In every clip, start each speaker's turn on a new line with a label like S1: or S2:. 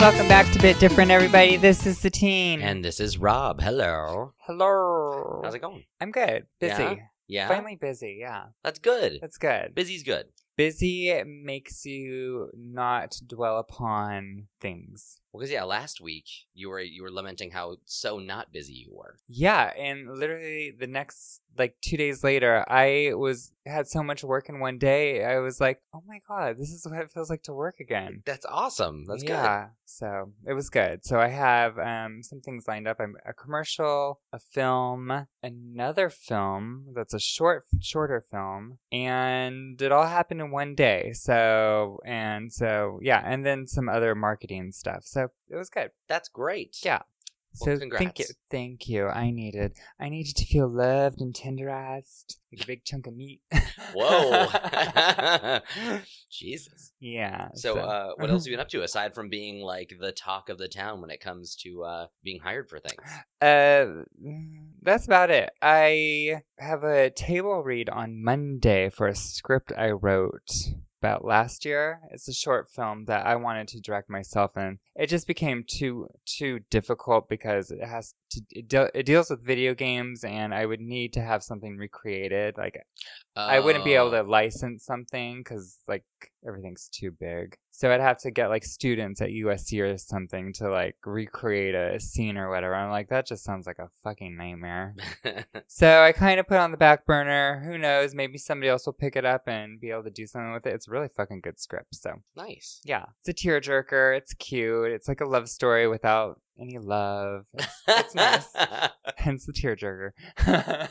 S1: Welcome back to Bit Different, everybody. This is Satine.
S2: And this is Rob. Hello.
S1: hello.
S2: How's it going?
S1: I'm good. Busy.
S2: Yeah? Yeah.
S1: Finally busy. Yeah.
S2: That's good.
S1: That's good.
S2: Busy's good.
S1: Busy makes you not dwell upon things.
S2: Well, because yeah, last week you were you were lamenting how so not busy you were.
S1: Yeah, and literally the next like 2 days later, I was had so much work in one day. I was like, "Oh my god, this is what it feels like to work again."
S2: That's awesome. That's good.
S1: yeah. So it was good. So I have um, some things lined up. I'm a commercial, a film, another film that's a short, shorter film, and it all happened in one day. So and so yeah, and then some other marketing stuff. So it was good.
S2: That's great.
S1: Yeah. so
S2: Well,
S1: thank you,
S2: congrats.
S1: thank you. I needed, I needed to feel loved and tenderized, like a big chunk of meat.
S2: Whoa. Jesus.
S1: yeah.
S2: So, uh,
S1: mm-hmm.
S2: what else have you been up to aside from being like the talk of the town when it comes to uh, being hired for things?
S1: Uh, mm, that's about it. I have a table read on Monday for a script I wrote about last year. It's a short film that I wanted to direct myself in. It just became too too difficult because it has to it, de- it deals with video games and I would need to have something recreated. Like I wouldn't be able to
S2: Oh.
S1: license something because like everything's too big. So I'd have to get like students at USC or something to like recreate a scene or whatever. I'm like, that just sounds like a fucking nightmare.
S2: Oh.
S1: so I kind of put it on the back burner. Who knows? Maybe somebody else will pick it up and be able to do something with it. It's a really fucking good script. So
S2: nice.
S1: yeah, it's a tearjerker. It's cute. It's like a love story without any love. It's nice. Hence the tearjerker.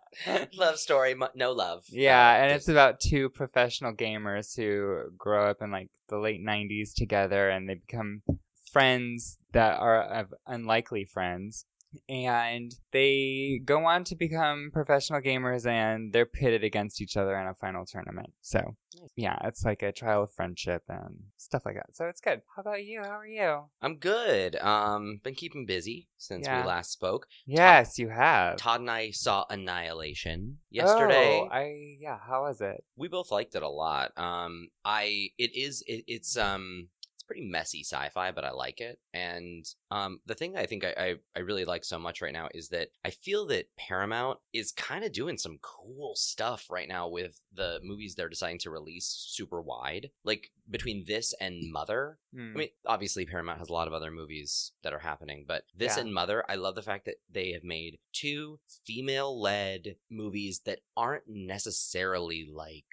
S2: love story, mu- no love.
S1: Yeah,
S2: Uh,
S1: and
S2: just-
S1: it's about two professional gamers who grow up in like the late '90s together, and they become friends that are of unlikely friends, and they go on to become professional gamers, and they're pitted against each other in a final tournament. So, yeah, it's like a trial of friendship and stuff like that. So it's good. How about you? How are you?
S2: I'm good. Um, been keeping busy since
S1: Yeah.
S2: we last spoke.
S1: Yes, you have
S2: Todd and I saw Annihilation yesterday.
S1: Oh, I yeah. How was it?
S2: we both liked it a lot. Um, I it is it, it's um it's pretty messy sci-fi, but I like it. And um, the thing I think I, I I really like so much right now is that I feel that Paramount is kind of doing some cool stuff right now with the movies they're deciding to release super wide, like between this and Mother.
S1: Hmm.
S2: I mean, obviously Paramount has a lot of other movies that are happening, but this
S1: Yeah.
S2: and Mother, I love the fact that they have made two female-led movies that aren't necessarily like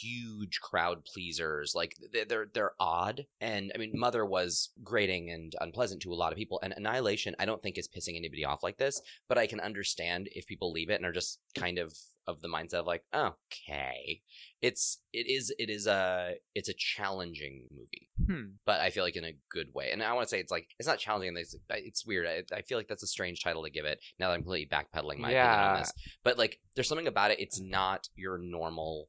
S2: huge crowd pleasers. Like they're they're, they're odd, and I mean, Mother was grating and unpleasant to a lot of people, and Annihilation, I don't think is pissing anybody off like this, but I can understand if people leave it and are just kind of of the mindset of like, oh, okay, it's it is it is a it's a challenging movie
S1: hmm.
S2: but I feel like in a good way. And I want to say it's like it's not challenging. It's, it's weird. I, I feel like that's a strange title to give it. Now that I'm completely backpedaling my opinion
S1: Yeah.
S2: on this, but like there's something about it. It's not your normal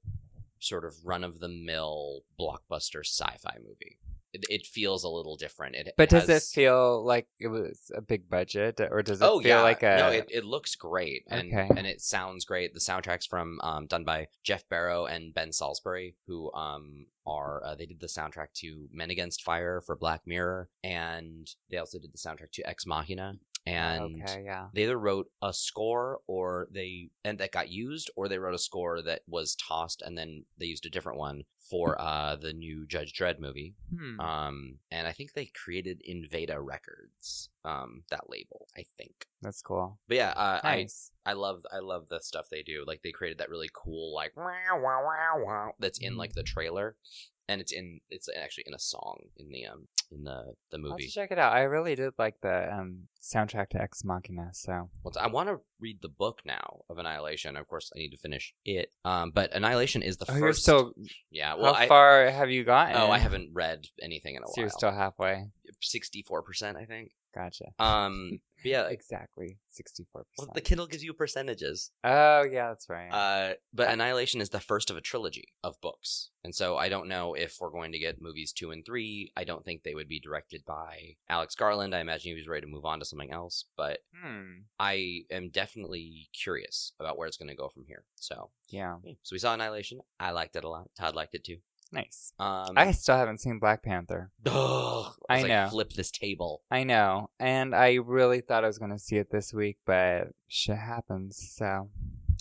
S2: sort of run of the mill blockbuster sci-fi movie. It, it feels a little different. It
S1: But does it
S2: has-
S1: feel like it was a big budget, or does it
S2: Oh
S1: feel
S2: yeah,
S1: like a?
S2: no. It, it looks great, and
S1: Okay.
S2: and it sounds great. The soundtrack's from um, done by Jeff Barrow and Ben Salisbury, who um are uh, they did the soundtrack to Men Against Fire for Black Mirror, and they also did the soundtrack to Ex Machina, and
S1: okay, yeah,
S2: they either wrote a score or they and that got used or they wrote a score that was tossed and then they used a different one for uh the new Judge Dredd movie
S1: hmm.
S2: um and I think they created Invada Records um that label I think
S1: that's cool.
S2: but yeah, uh,
S1: Nice.
S2: I I love I love the stuff they do. Like they created that really cool like wow wow wow wow that's in like
S1: Mm.
S2: the trailer, and it's in it's actually in a song in the um in the the
S1: I'll have to
S2: movie.
S1: check it out. I really did like the um, soundtrack to Ex Machina. So
S2: Well, I want to read the book now of Annihilation. Of course, I need to finish it. Um, but Annihilation is the
S1: oh,
S2: 1st
S1: you're still.
S2: yeah. Well,
S1: how
S2: I
S1: far have you gotten?
S2: oh I haven't read anything in a
S1: So you're
S2: while.
S1: still halfway.
S2: Sixty four percent, I think.
S1: Gotcha.
S2: Um, but yeah. Like,
S1: exactly sixty-four
S2: well,
S1: percent.
S2: the Kindle gives you percentages.
S1: oh yeah, that's right.
S2: Uh, but Annihilation is the first of a trilogy of books, and so I don't know if we're going to get movies two and three. I don't think they would be directed by Alex Garland. I imagine he was ready to move on to something else, but
S1: hmm.
S2: I am definitely curious about where it's going to go from here. So,
S1: Yeah.
S2: yeah. so we saw Annihilation. I liked it a lot. Todd liked it too.
S1: Nice.
S2: Um,
S1: I still haven't seen Black Panther.
S2: ugh, was
S1: I
S2: like,
S1: know.
S2: Flip this table.
S1: I know, and I really thought I was going to see it this week, but shit happens. So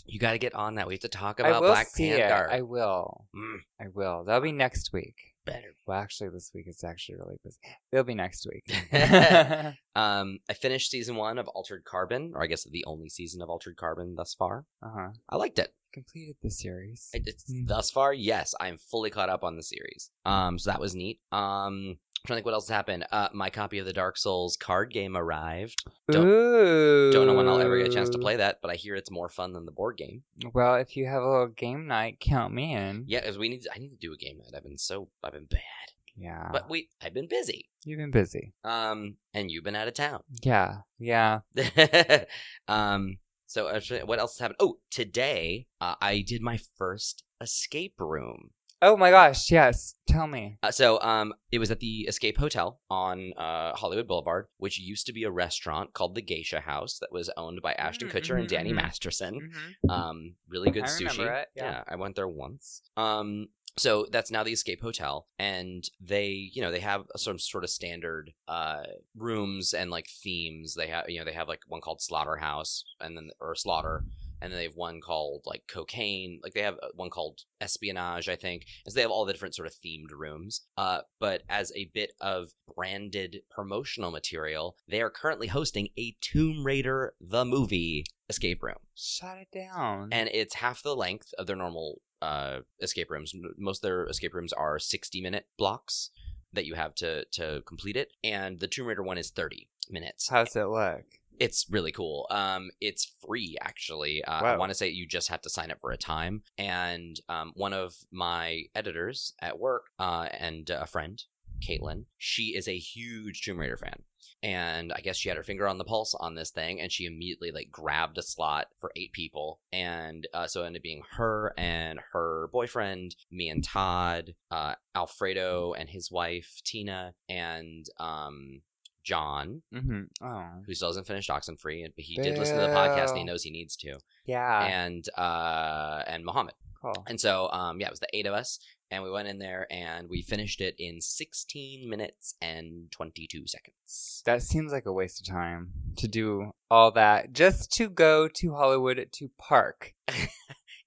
S2: You got to get on that. We have to talk
S1: I
S2: about
S1: will
S2: Black
S1: see
S2: Panther.
S1: it. I will.
S2: Mm,
S1: I will. That'll be next week.
S2: better.
S1: Well, actually, this week is actually really busy. It'll be next week.
S2: Um, I finished season one of Altered Carbon, or I guess the only season of Altered Carbon thus far.
S1: Uh-huh.
S2: I liked it.
S1: Completed the series.
S2: It- It's
S1: Mm.
S2: thus far, yes, I'm fully caught up on the series. Um, so that was neat. Um, I'm trying to think what else has happened. Uh, my copy of the Dark Souls card game arrived. don't-
S1: Ooh.
S2: Don't know when I'll ever get a chance to play that, but I hear it's more fun than the board game.
S1: Well, if you have a little game night, count me in.
S2: Yeah, because we need. I need to do a game night. I've been so. I've been bad,
S1: Yeah.
S2: but we. I've been busy.
S1: You've been busy.
S2: Um, and you've been out of town.
S1: Yeah.
S2: Mm-hmm.
S1: Yeah.
S2: um. So actually, what else has happened? Oh, today uh, I did my first escape room.
S1: Oh my gosh. Yes. Tell me.
S2: Uh, so um, it was at the Escape Hotel on uh, Hollywood Boulevard, which used to be a restaurant called the Geisha House that was owned by Ashton
S1: Mm,
S2: Kutcher and
S1: mhm,
S2: Danny
S1: mhm.
S2: Masterson. Um, really good
S1: I
S2: sushi.
S1: remember it, yeah.
S2: I went there once. Um, so that's now the Escape Hotel, and they, you know, they have some sort of standard uh, rooms and like themes. They have, you know, they have like one called Slaughterhouse, and then or Slaughter, and then they have one called like cocaine like they have uh, one called espionage i think and so they have all the different sort of themed rooms uh, but as a bit of branded promotional material they are currently hosting a tomb raider the movie escape room
S1: Shut it down.
S2: and it's half the length of their normal uh, escape rooms. N- Most of their escape rooms are sixty minute blocks that you have to to complete it, and the Tomb Raider one is thirty minutes.
S1: how's it look?
S2: It's really cool. Um, it's free actually. Uh, I
S1: Wow.
S2: want to say you just have to sign up for a time. And um, one of my editors at work uh, and a friend, Caitlin, she is a huge Tomb Raider fan. And I guess she had her finger on the pulse on this thing, and she immediately like grabbed a slot for eight people, and uh, so it ended up being her and her boyfriend, me and Todd, uh, Alfredo and his wife Tina, and um, John,
S1: Mm-hmm. Oh.
S2: who still hasn't finished Oxenfree, and but he did listen to the podcast and he
S1: Boo.
S2: knows he needs to.
S1: Yeah.
S2: and uh and Mohammed.
S1: cool.
S2: And so um yeah, it was the eight of us and we went in there and we finished it in 16 minutes and 22 seconds.
S1: That seems like a waste of time to do all that just to go to Hollywood to park,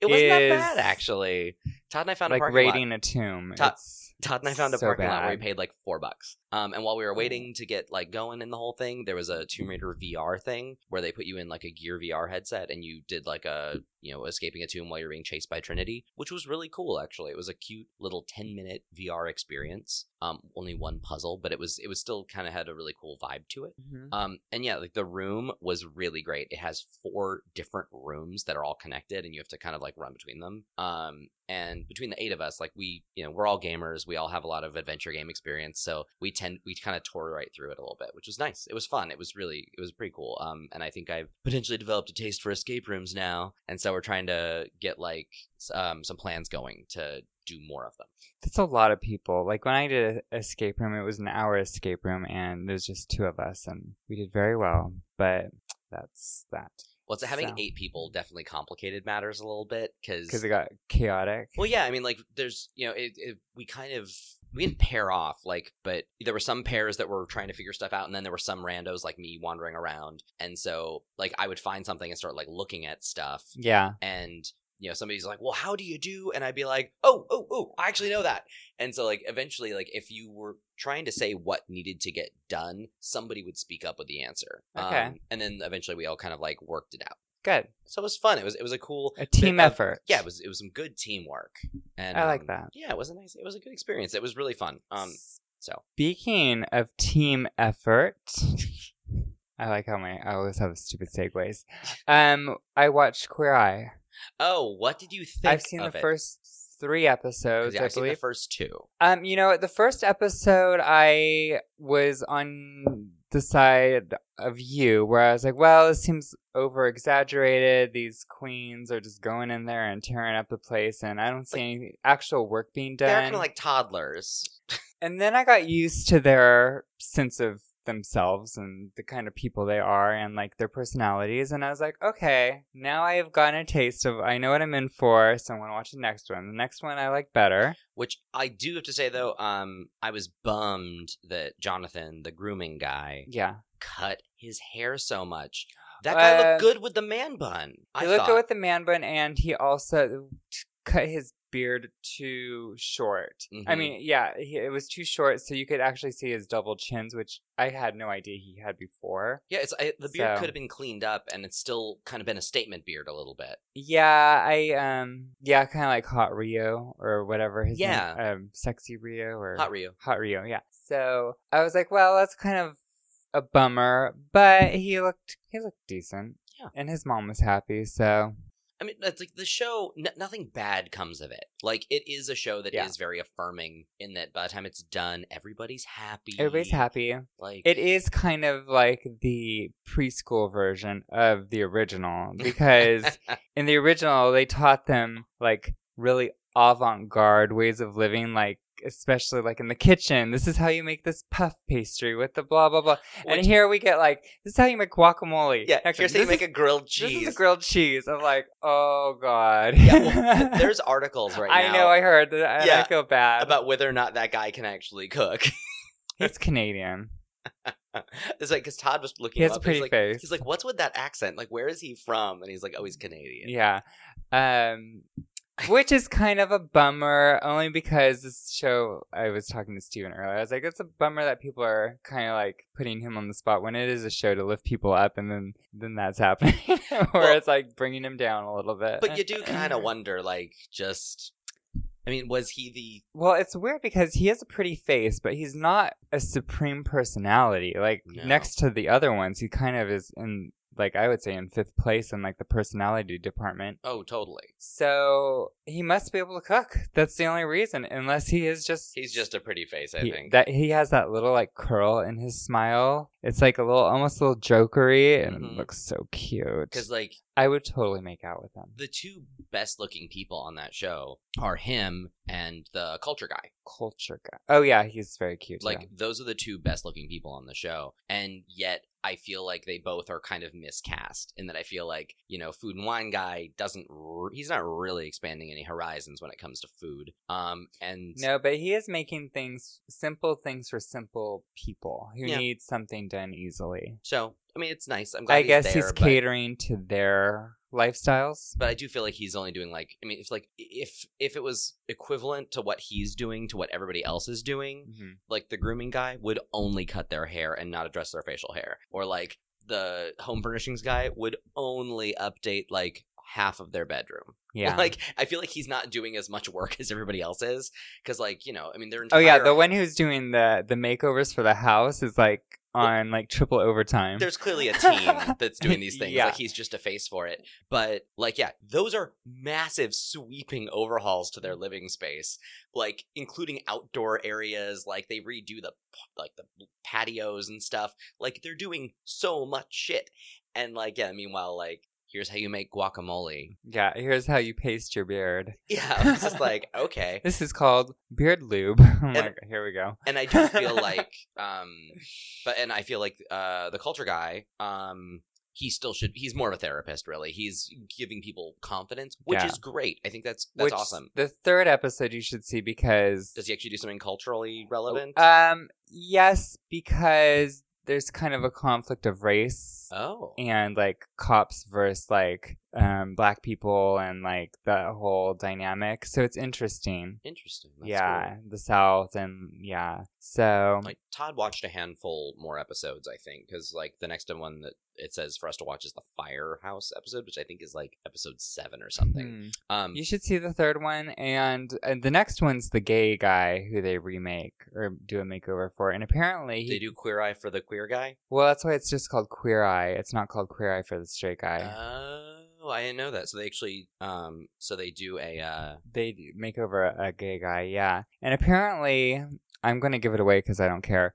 S2: It wasn't that
S1: Is-
S2: bad actually. Todd and I found a
S1: like
S2: parking lot.
S1: raiding a tomb.
S2: Ta-
S1: It's-
S2: Todd and I found a
S1: so
S2: parking lot where we
S1: bad.
S2: paid like 4 bucks. Um and while we were
S1: Mm.
S2: waiting to get like going in the whole thing, there was a Tomb Raider VR thing where they put you in like a Gear VR headset and you did like a, you know, escaping a tomb while you're being chased by Trinity, which was really cool actually. It was a cute little 10-minute VR experience. Um only one puzzle, but it was it was still kind of had a really cool vibe to it.
S1: Mhm.
S2: Um, and yeah, like the room was really great. It has four different rooms that are all connected, and you have to kind of like run between them. Um, and between the eight of us, like we, you know, we're all gamers. We all have a lot of adventure game experience, so we tend we kind of tore right through it a little bit, which was nice. It was fun. It was really it was pretty cool. Um, and I think I've potentially developed a taste for escape rooms now, and so we're trying to get like s- um some plans going to do more of them.
S1: That's a lot of people. Like when I did a escape room, it was an hour escape room, and there's just two of us, and we did very well. But that's that
S2: Well, so having
S1: So-
S2: eight people definitely complicated matters a little bit because
S1: because it got chaotic.
S2: Well, yeah, I mean, like, there's, you know, it, it, we kind of we didn't pair off, like, but there were some pairs that were trying to figure stuff out, and then there were some randos like me wandering around, and so like I would find something and start like looking at stuff,
S1: Yeah,
S2: and you know somebody's like, well, how do you do? And I'd be like, oh, oh, oh, I actually know that, and so like eventually, like if you were trying to say what needed to get done, somebody would speak up with the answer, um,
S1: Okay.
S2: and then eventually we all kind of like worked it out.
S1: good.
S2: So it was fun. It was it was a cool
S1: A team
S2: of-
S1: effort.
S2: um, yeah, it was it was some good teamwork. And
S1: I like
S2: um,
S1: that.
S2: Yeah, it was a nice, it was a good experience. It was really fun. Um, so
S1: Speaking of team effort, I like how my I always have stupid segues. Um, I watched Queer Eye.
S2: oh, what did you think?
S1: I've seen
S2: of
S1: the
S2: it?
S1: first three
S2: 'Cause,
S1: episodes,
S2: yeah,
S1: I
S2: I've seen the
S1: believe.
S2: first two.
S1: Um, you know, what, the first episode I was on the side of you, where I was like, "Well, this seems over exaggerated. These queens are just going in there and tearing up the place, and I don't see any actual work being
S2: They're
S1: done."
S2: kind of like toddlers.
S1: and then I got used to their sense of themselves and the kind of people they are and like their personalities. And I was like, okay, now I have gotten a taste of I know what I'm in for, so I'm gonna watch the next one. The next one I like better.
S2: Which I do have to say though, um, I was bummed that Jonathan, the grooming guy,
S1: Yeah.
S2: cut his hair so much. That guy
S1: Uh,
S2: looked good with the man bun. I
S1: He looked
S2: thought.
S1: good with the man bun and he also t- cut his beard too short. I
S2: Mhm.
S1: mean, yeah, he, it was too short, so you could actually see his double chins, which I had no idea he had before.
S2: yeah, it's I, the beard
S1: So.
S2: could have been cleaned up, and it's still kind of been a statement beard a little bit.
S1: Yeah, I um, yeah, kind of like Hot Rio or whatever his
S2: Yeah.
S1: name, um, sexy Rio or
S2: Hot Rio.
S1: Hot Rio, yeah. So I was like, well, that's kind of a bummer, but he looked he looked decent.
S2: Yeah.
S1: And his mom was happy, so
S2: I mean, it's like the show. N- nothing bad comes of it. Like it is a show that is
S1: Yeah.
S2: very affirming in that by the time it's done, everybody's happy.
S1: everybody's happy.
S2: Like
S1: It is kind of like the preschool version of the original because in the original they taught them like really avant-garde ways of living like especially like in the kitchen this is how you make this puff pastry with the blah blah blah and
S2: Which-
S1: here we get like this is how you make guacamole
S2: yeah,
S1: Next one,
S2: here's how you
S1: this
S2: make
S1: is-
S2: a grilled
S1: this
S2: cheese.
S1: is grilled cheese i'm like oh god
S2: Yeah, well, th- there's articles right
S1: i
S2: now
S1: know i heard that and i
S2: Yeah,
S1: feel bad
S2: about whether or not that guy can actually cook.
S1: he's canadian
S2: it's like because Todd was looking.
S1: he
S2: him
S1: has a
S2: up,
S1: pretty
S2: he's like,
S1: face
S2: He's like, what's with that accent? Like, where is he from? And he's like, oh, he's Canadian.
S1: Yeah. Um which is kind of a bummer only because this show I was talking to Steven earlier. I was like, it's a bummer that people are kind of like putting him on the spot when it is a show to lift people up and then then that's happening or
S2: Well-
S1: it's like bringing him down a little bit.
S2: But you do kind of wonder, like, just. I mean, was he the.
S1: Well, it's weird because he has a pretty face, but he's not a supreme personality. Like
S2: No.
S1: next to the other ones, he kind of is in like I would say in fifth place in like the personality department.
S2: Oh, totally.
S1: So he must be able to cook. That's the only reason, unless he is just
S2: He's just a pretty face, I
S1: he-
S2: think.
S1: that he has that little like curl in his smile. It's like a little almost a little jokery, and
S2: Mhm.
S1: it looks so cute.
S2: Because, like,
S1: I would totally make out with him.
S2: the two best looking people on that show are him and the culture guy.
S1: Culture guy. Oh yeah, he's very cute.
S2: Like,
S1: yeah.
S2: those are the two best looking people on the show. And yet, I feel like they both are kind of miscast in that I feel like, you know, Food and Wine Guy doesn't. r he's not really expanding any horizons when it comes to food. Um, and.
S1: no, but he is making things simple things for simple people who
S2: Yeah.
S1: need something done easily.
S2: So I mean, it's nice. I'm glad.
S1: I guess
S2: he's,
S1: he's,
S2: there, but,
S1: catering to their lifestyles.
S2: but I do feel like he's only doing like. I mean, it's like if if it was equivalent to what he's doing to what everybody else is doing,
S1: Mhm.
S2: like the grooming guy would only cut their hair and not address their facial hair, or like the home furnishings guy would only update like half of their bedroom.
S1: Yeah.
S2: Like I feel like he's not doing as much work as everybody else is because like you know I mean they're
S1: Oh
S2: entire
S1: yeah, the one who's doing the the makeovers for the house is like on like triple overtime.
S2: there's clearly a team that's doing these things.
S1: Yeah.
S2: Like he's just a face for it. But like, yeah, those are massive sweeping overhauls to their living space, like including outdoor areas. Like they redo the like the patios and stuff. Like they're doing so much shit. And like, yeah, meanwhile, like here's how you make guacamole.
S1: Yeah, here's how you paste your beard.
S2: Yeah, I was just like okay.
S1: This is called beard lube. I'm
S2: And-
S1: like, here we go.
S2: and I do feel like um but and I feel like uh the culture guy um he still should he's more of a therapist really he's giving people confidence which
S1: Yeah.
S2: is great I think that's that's
S1: Which
S2: awesome
S1: The third episode you should see because
S2: does he actually do something
S1: Oh,
S2: culturally relevant
S1: um yes because there's kind of a conflict of race
S2: oh
S1: and like cops versus like um black people and like that whole dynamic. So it's interesting.
S2: interesting That's
S1: yeah, the South and yeah. So
S2: cool. like Todd watched a handful more episodes I think because like the next one that it says for us to watch is the firehouse episode which I think is like episode seven or something
S1: hmm.
S2: um
S1: You should see the third one, and, and the next one's the gay guy who they remake or do a makeover for. And apparently, he,
S2: they do queer eye for the queer guy
S1: well, that's why it's just called Queer Eye. It's not called Queer Eye for the Straight Guy.
S2: Oh, I didn't know that. So they actually, um, so they do a, uh,
S1: they d- make over a, a gay guy, yeah. And apparently, I'm going to give it away because I don't care,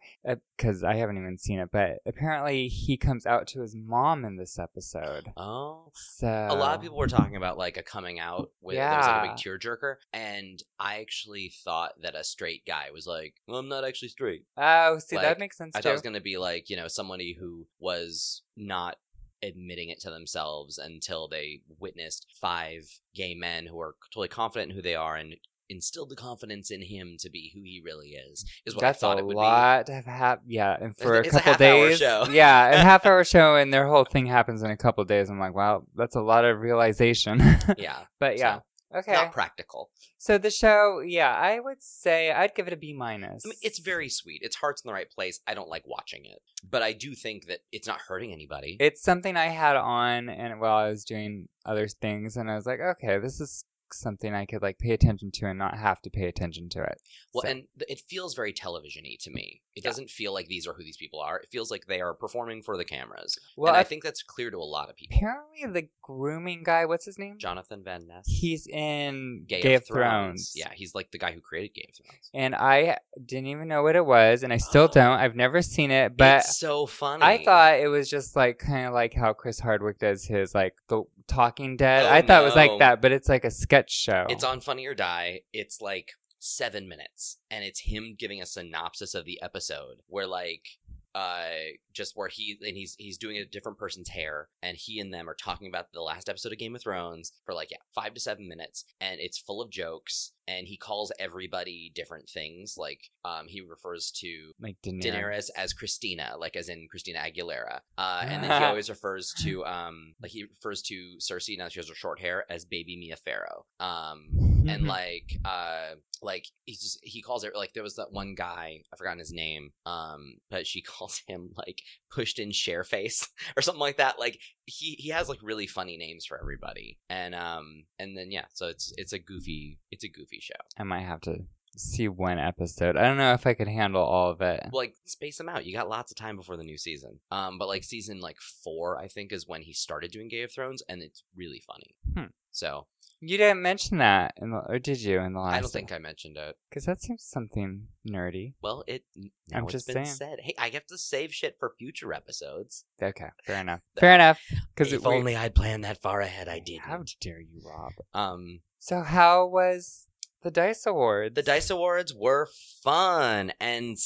S1: because I haven't even seen it. But apparently, he comes out to his mom in this episode.
S2: Oh.
S1: So
S2: A lot of people were talking about like a coming out with there was like a
S1: Yeah.
S2: big tearjerker, and I actually thought that a straight guy was like, "Well, I'm not actually straight."
S1: Oh, see,
S2: like,
S1: that makes sense
S2: I
S1: too.
S2: thought it was going to be like, you know, somebody who was not admitting it to themselves until they witnessed five gay men who are totally confident in who they are and instilled the confidence in him to be who he really is. Is what
S1: That's
S2: I thought
S1: a
S2: it would
S1: lot of hap. Yeah, and for
S2: a-
S1: a
S2: it's a
S1: couple
S2: half-hour
S1: days.
S2: show.
S1: Yeah, a half hour show, and their whole thing happens in a couple days. I'm like, wow, that's a lot of realization.
S2: be. Yeah.
S1: but yeah,
S2: so,
S1: okay.
S2: Not practical.
S1: so the show, yeah, I would say I'd give it a B minus.
S2: I mean, it's very sweet. Its heart's in the right place. I don't like watching it, but I do think that it's not hurting anybody.
S1: It's something I had on, and while I was doing other things, and I was like, okay, this is something I could like pay attention to and not have to pay attention to it.
S2: Well,
S1: So-
S2: and th- it feels very television-y to me. It
S1: Yeah.
S2: doesn't feel like these are who these people are. It feels like they are performing for the cameras.
S1: Well,
S2: and I think that's clear to a lot of people.
S1: apparently the grooming guy, what's his name?
S2: Jonathan Van Ness.
S1: He's in
S2: Gay, of, Thrones. Yeah, he's like the guy who created Game of Thrones.
S1: and I didn't even know what it was, and I still don't. I've never seen it, but
S2: it's so funny.
S1: I thought it was just like kind of like how Chris Hardwick does his like the Talking Dead.
S2: Oh,
S1: I thought it was
S2: no.
S1: like that, but it's like a sketch show.
S2: it's on Funny or Die. It's like seven minutes, and it's him giving a synopsis of the episode where like. Uh, just where he and he's he's doing a different person's hair, and he and them are talking about the last episode of Game of Thrones for like yeah five to seven minutes, and it's full of jokes, and he calls everybody different things. Like um, he refers to
S1: like Daenerys.
S2: Daenerys as Christina, like as in Christina Aguilera. Uh, and then he always refers to um like he refers to Cersei now she has her short hair as baby Mia Farrow. Um
S1: Mm-hmm.
S2: and like uh like he just he calls it like there was that one guy I've forgotten his name um but she calls him like pushed in share face or something like that like he he has like really funny names for everybody and um and then yeah so it's it's a goofy it's a goofy show
S1: I might have to see one episode. I don't know if I could handle all of it.
S2: like space them out. You got lots of time before the new season. Um, but
S1: Mm.
S2: like season like four, I think, is when he started doing Game of Thrones, and it's really funny.
S1: Hmm.
S2: So
S1: You didn't mention that, in the, or did you? In the last,
S2: I don't think I mentioned it.
S1: because that seems something nerdy.
S2: Well, it now
S1: I'm
S2: it's
S1: just
S2: been
S1: saying.
S2: said. Hey, I have to save shit for future episodes.
S1: Okay, fair enough. Fair enough. Because
S2: if only I'd planned that far ahead, I didn't.
S1: How dare you, Rob?
S2: Um,
S1: So how was the Dice Award?
S2: the Dice Awards were fun and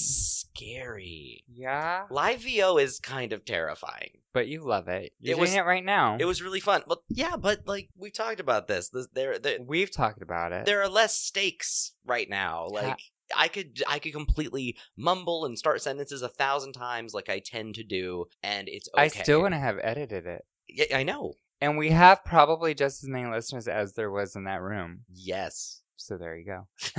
S2: scary.
S1: Yeah,
S2: Live VO is kind of terrifying.
S1: but you love it.
S2: It
S1: You're
S2: was-
S1: doing it right now.
S2: It was really fun. Well, yeah, but like we talked about this. this there, there,
S1: We've talked about it.
S2: there are less stakes right now.
S1: Uh, Yeah.
S2: Like I could I could completely mumble and start sentences a thousand times like I tend to do, and it's okay.
S1: I still wouldn't have edited it.
S2: Yeah, I know.
S1: And we have probably just as many listeners as there was in that room.
S2: Yes.
S1: So there you go.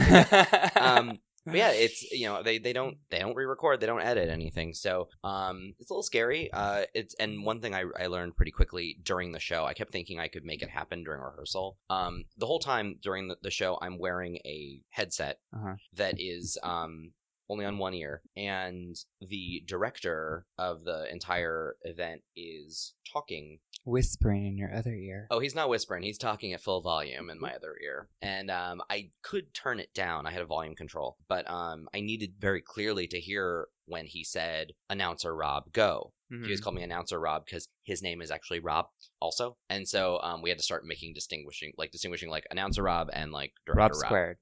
S2: Um. but yeah, it's you know they they don't they don't re-record they don't edit anything so um it's a little scary uh it's and one thing I I learned pretty quickly during the show I kept thinking I could make it happen during rehearsal um the whole time during the, the show I'm wearing a headset
S1: Uh-huh.
S2: that is um only on one ear and the director of the entire event is talking
S1: Whispering in your other ear.
S2: Oh, he's not whispering. He's talking at full volume in my other ear. And um, I could turn it down. I had a volume control, but um, I needed very clearly to hear when he said, Announcer Rob, go.
S1: Mm-hmm.
S2: He always called me Announcer Rob because his name is actually Rob also. And so um, we had to start making distinguishing, like distinguishing like Announcer Rob and like Director
S1: Rob
S2: Rob
S1: squared.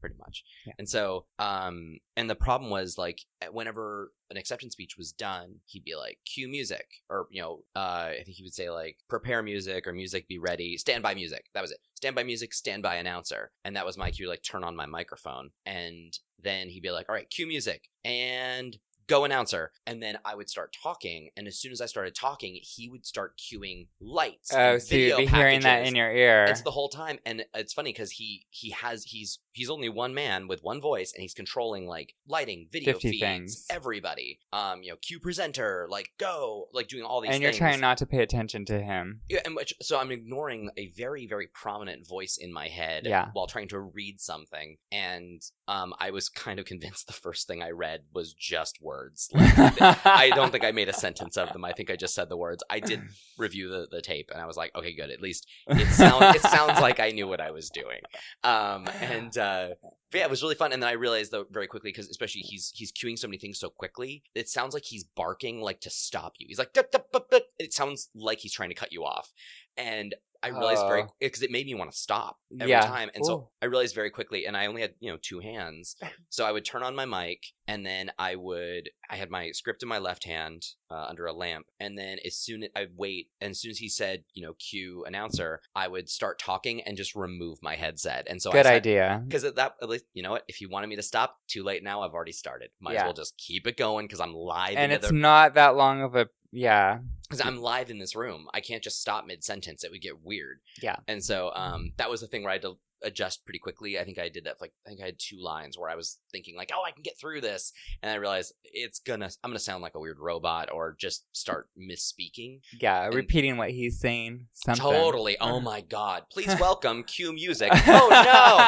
S2: pretty much.
S1: Yeah.
S2: And so, um, and the problem was like eh, whenever an acceptance speech was done, he'd be like, "Cue music," or you know, uh, I think he would say like, "Prepare music" or "Music be ready," "Stand by music." That was it. Stand by music, stand by announcer, and that was my cue. Like, turn on my microphone, and then he'd be like, "All right, cue music," and go announcer and then i would start talking and as soon as i started talking he would start cueing lights
S1: Oh,
S2: and
S1: so you'd
S2: video
S1: be hearing that
S2: packages.
S1: in your ear.
S2: It's the whole time, and it's funny because he he has he's he's only one man with one voice, and he's controlling like lighting, video
S1: 50
S2: feeds,
S1: things.
S2: everybody. Um, you know, cue presenter, like go, like doing all these.
S1: and you're
S2: things.
S1: trying not to pay attention to him.
S2: Yeah, and which, so I'm ignoring a very, very prominent voice in my head
S1: Yeah.
S2: while trying to read something, and um, I was kind of convinced the first thing I read was just words. Like, I don't think I made a sentence of them. I think I just said the words. I did review the, the tape, and I was like, okay, good. At least it sounds it sounds like I knew what I was doing. Um, and uh, but yeah, it was really fun. And then I realized though very quickly because especially he's he's cueing so many things so quickly, it sounds like he's barking like to stop you. He's like, "Dup, dup, dup, dup." it sounds like he's trying to cut you off, and. I realized very
S1: Oh.
S2: because it made me want to stop every
S1: Yeah.
S2: time, and
S1: Ooh.
S2: so I realized very quickly. And I only had you know two hands, so I would turn on my mic, and then I would I had my script in my left hand uh, under a lamp, and then as soon as I wait, and as soon as he said you know cue announcer, I would start talking and just remove my headset, and so I
S1: Good
S2: said,
S1: idea.
S2: because at that, at least, you know what? If you wanted me to stop, too late now. I've already started. Might as
S1: Yeah.
S2: well just keep it going because I'm live.
S1: And
S2: into
S1: it's
S2: the-
S1: not that long of a yeah.
S2: because I'm live in this room. I can't just stop mid sentence. It would get weird.
S1: Yeah.
S2: And so um that was the thing where I had to adjust pretty quickly. I think I did that for, like I think I had two lines where I was thinking like, "Oh, I can get through this." And I realized it's going to I'm going to sound like a weird robot or just start misspeaking.
S1: Yeah,
S2: And-
S1: repeating what he's saying. Something. Uh-huh.
S2: Totally. Oh my god. Please welcome cue music. Oh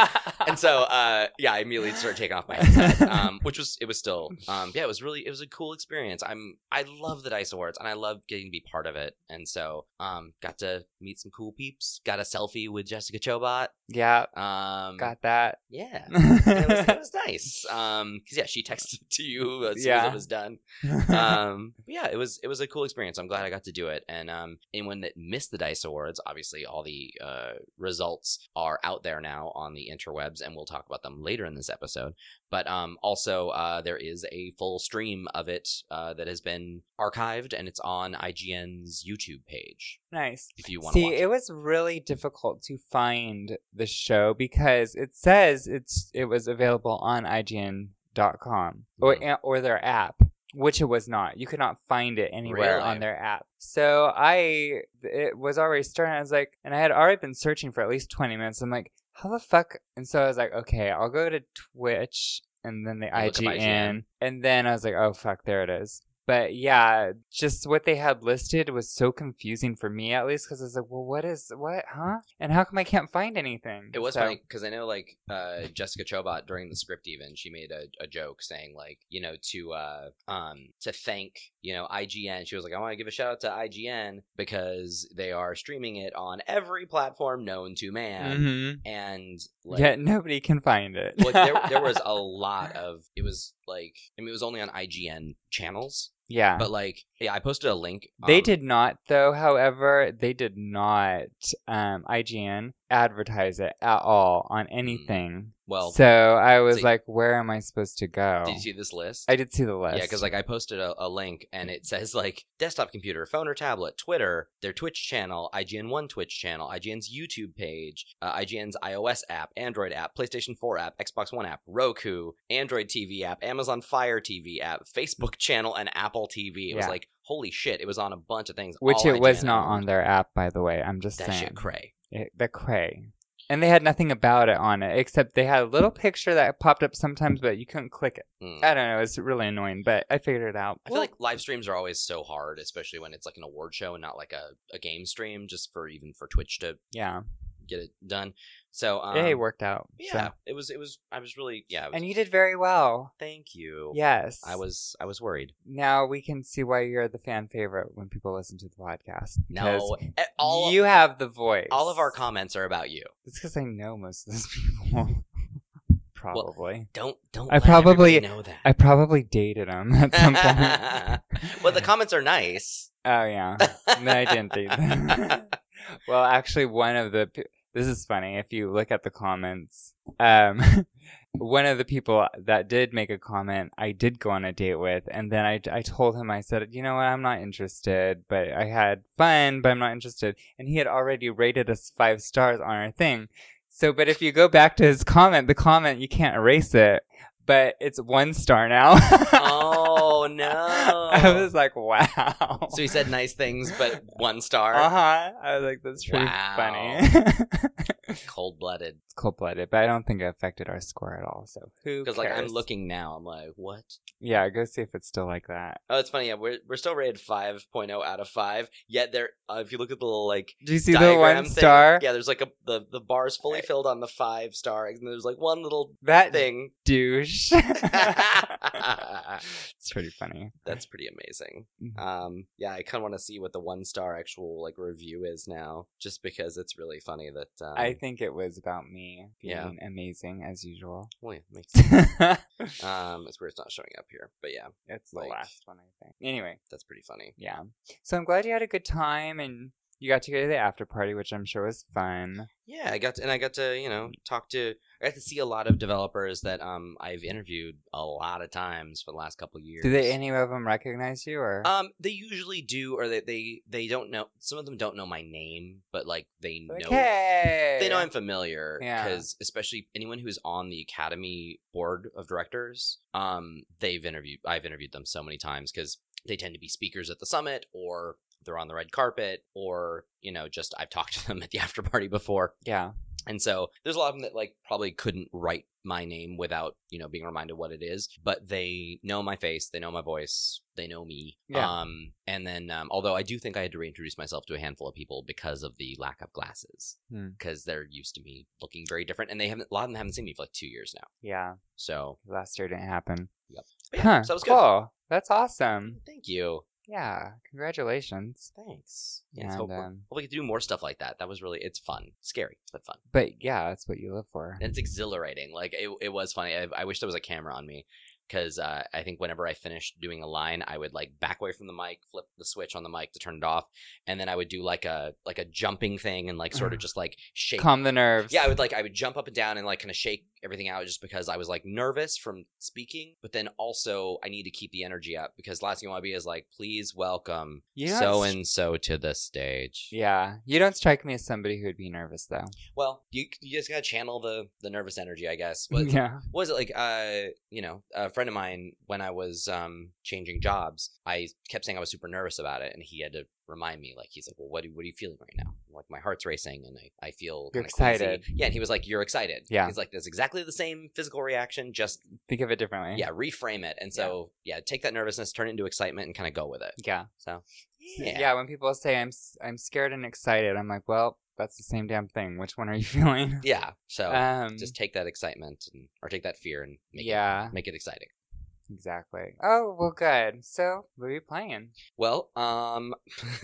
S2: no. And so uh yeah, I immediately started taking off my headset. Um which was it was still um yeah, it was really it was a cool experience. I'm I love the Dice Awards and I love getting to be part of it. And so um got to meet some cool peeps, got a selfie with Jessica Chobot.
S1: yeah,
S2: Um
S1: got that.
S2: yeah. it, was, it was nice. Um, 'cause, yeah, she texted to you as soon as
S1: Yeah.
S2: it was done. Um, but yeah, it was it was a cool experience. I'm glad I got to do it. And um, anyone that missed the Dice Awards, obviously all the uh, results are out there now on the interwebs, and we'll talk about them later in this episode. But um, also uh, there is a full stream of it uh, that has been archived, and it's on IGN's YouTube page
S1: nice.
S2: if you want to
S1: See,
S2: watch.
S1: it was really difficult to find the show because it says it's it was available on IGN.com or
S2: Mm-hmm.
S1: or their app, which it was not. You could not find it anywhere
S2: Really?
S1: on their app. So I it was already starting. I was like, and I had already been searching for at least twenty minutes. I'm like, how the fuck? And so I was like, okay, I'll go to Twitch and then the
S2: And look up
S1: IGN,
S2: IGN.
S1: and then I was like, oh fuck, there it is. But yeah, just what they had listed was so confusing for me, at least, because I was like, well, what is what, huh? And how come I can't find anything?
S2: It was
S1: So-
S2: funny 'cause funny because I know like uh, Jessica Chobot during the script even she made a, a joke saying like you know to uh, um to thank you know IGN she was like I want to give a shout out to IGN because they are streaming it on every platform known to man
S1: Mhm.
S2: and like
S1: Yet nobody can find it.
S2: like, there, there was a lot of it was like I mean it was only on IGN channels
S1: yeah.
S2: but like yeah I posted a link
S1: They
S2: um,
S1: did not, though. However, they did not um, IGN advertise it at all on anything.
S2: Mm, well
S1: so I was
S2: see-
S1: like, where am I supposed to go?
S2: did you see this list
S1: I did see the list.
S2: Yeah, because like I posted a, a link and it says like desktop computer, phone or tablet, Twitter, their Twitch channel, IGN One Twitch channel, IGN's YouTube page, uh, IGN's iOS app, Android app, PlayStation 4 app, Xbox One app, Roku, Android TV app, Amazon Fire TV app, Facebook channel, and Apple TV. It was
S1: Yeah,
S2: like holy shit! It was on a bunch of things,
S1: which
S2: all
S1: it was
S2: IGN
S1: not
S2: owned.
S1: on their app, by the way. I'm just
S2: That
S1: saying.
S2: shit, cray.
S1: it, eh, the cray and they had nothing about it on it except they had a little picture that popped up sometimes but you couldn't click it
S2: Mm.
S1: i don't know it's really annoying but i figured it out
S2: I feel like live streams are always so hard, especially when it's like an award show and not like a, a game stream, just for even for Twitch to
S1: yeah
S2: get it done. So um,
S1: it worked out so.
S2: Yeah, it was. It was. I was really. Yeah. I was,
S1: and you did very well
S2: Thank you.
S1: yes
S2: I was. I was worried.
S1: now we can see why you're the fan favorite when people listen to the podcast because
S2: No, eh, all
S1: you have the voice
S2: all of our comments are about you.
S1: it's because i know most of those people probably
S2: Don't don't.
S1: I
S2: let
S1: probably-
S2: everybody know that.
S1: i probably dated them at some point
S2: well, the comments are nice.
S1: Oh yeah. No, I didn't think. that. well, actually, one of the pe- this is funny. If you look at the comments, um, one of the people that did make a comment, I did go on a date with, and then I I told him I said, you know what, I'm not interested, but I had fun, but I'm not interested, and he had already rated us five stars on our thing. So, but if you go back to his comment, the comment you can't erase it, but it's one star now.
S2: oh no.
S1: I was like, wow.
S2: so he said nice things, but one star.
S1: Uh huh. I was like, that's pretty
S2: Uh-huh. Wow.
S1: funny.
S2: Cold blooded.
S1: it's cold blooded, but I don't think it affected our score at all. So who?
S2: Because like I'm
S1: cares?
S2: looking now, I'm like, what?
S1: Yeah, go see if it's still like that.
S2: Oh, it's funny. Yeah, we're we're still rated 5.0 out of five. Yet there, uh, if you look at the little like
S1: Do you see the
S2: diagram
S1: one
S2: thing.
S1: star?
S2: Yeah, there's like a the the bar's fully filled on the five star, and there's like one little
S1: That
S2: thing.
S1: douche.
S2: yeah,
S1: it's pretty funny.
S2: That's pretty amazing.
S1: Mhm.
S2: Um, yeah, I kind of want to see what the one star actual like review is now, just because it's really funny that um,
S1: I think it was about me being
S2: Yeah.
S1: amazing as usual.
S2: well, yeah, makes sense.
S1: it's
S2: um, it's where it's not showing up here, but yeah,
S1: the
S2: Like-
S1: last one, I think. Anyway,
S2: that's pretty funny.
S1: yeah. So I'm glad you had a good time and you got to go to the after party, which I'm sure was fun.
S2: Yeah, I got to, and I got to you know talk to I got to see a lot of developers that um I've interviewed a lot of times for the last couple of years.
S1: Do they any of them recognize you or
S2: Um, they usually do, or they they they don't know. Some of them don't know my name, but like they
S1: like,
S2: know
S1: hey?
S2: they know I'm familiar
S1: Yeah.
S2: because especially anyone who's on the Academy board of directors, um, they've interviewed. I've interviewed them so many times because they tend to be speakers at the summit or they're on the red carpet or you know just I've talked to them at the after party before.
S1: Yeah.
S2: And so there's a lot of them that like probably couldn't write my name without, you know, being reminded what it is, but they know my face, they know my voice, they know me.
S1: Yeah.
S2: Um and then um although I do think I had to reintroduce myself to a handful of people because of the lack of glasses
S1: Hmm.
S2: because they're used to me looking very different and they haven't a lot of them haven't seen me for like 2 years now.
S1: Yeah.
S2: So,
S1: Last year didn't happen.
S2: but yeah,
S1: huh.
S2: so that was
S1: cool. That's awesome.
S2: good. Thank you.
S1: Yeah. Congratulations.
S2: Thanks. Yeah, it's
S1: And,
S2: hopeful.
S1: um,
S2: Well, we could do more stuff like that. That was really it's fun. Scary, but fun.
S1: But yeah, that's what you live for.
S2: and it's exhilarating. Like it, it was funny. I, I wish there was a camera on me because uh, I think whenever I finished doing a line, I would like back away from the mic, flip the switch on the mic to turn it off, and then I would do like a like a jumping thing and like
S1: Mm-hmm.
S2: sort of just like shake.
S1: Calm the nerves.
S2: yeah, I would like I would jump up and down and like kind of shake everything out just because I was like nervous from speaking, but then also I need to keep the energy up because last thing I want to be is like, please welcome
S1: You know,
S2: so
S1: it's-
S2: and so to the stage.
S1: Yeah. You don't strike me as somebody who would be nervous though.
S2: Well, you you just gotta channel the the nervous energy, I guess. But
S1: yeah.
S2: what was it like uh you know a friend of mine when i was um changing jobs i kept saying i was super nervous about it and he had to remind me like he's like well what, are- what are you feeling right now I'm like my heart's racing and i, I feel
S1: You're
S2: kinda queasy."
S1: excited.
S2: yeah and he was like you're excited
S1: Yeah.
S2: he's like that's exactly the same physical reaction just
S1: Think of it differently.
S2: yeah reframe it and so yeah, take that nervousness turn it into excitement and kind of go with it
S1: Yeah.
S2: so
S1: Yeah. when people say I'm s- I'm scared and excited, I'm like, well, that's the same damn thing. Which one are you feeling?
S2: yeah so
S1: Um,
S2: just take that excitement and or take that fear and make
S1: yeah,
S2: it, make it exciting
S1: exactly. Oh well, good. So what are you playing?
S2: Well, um,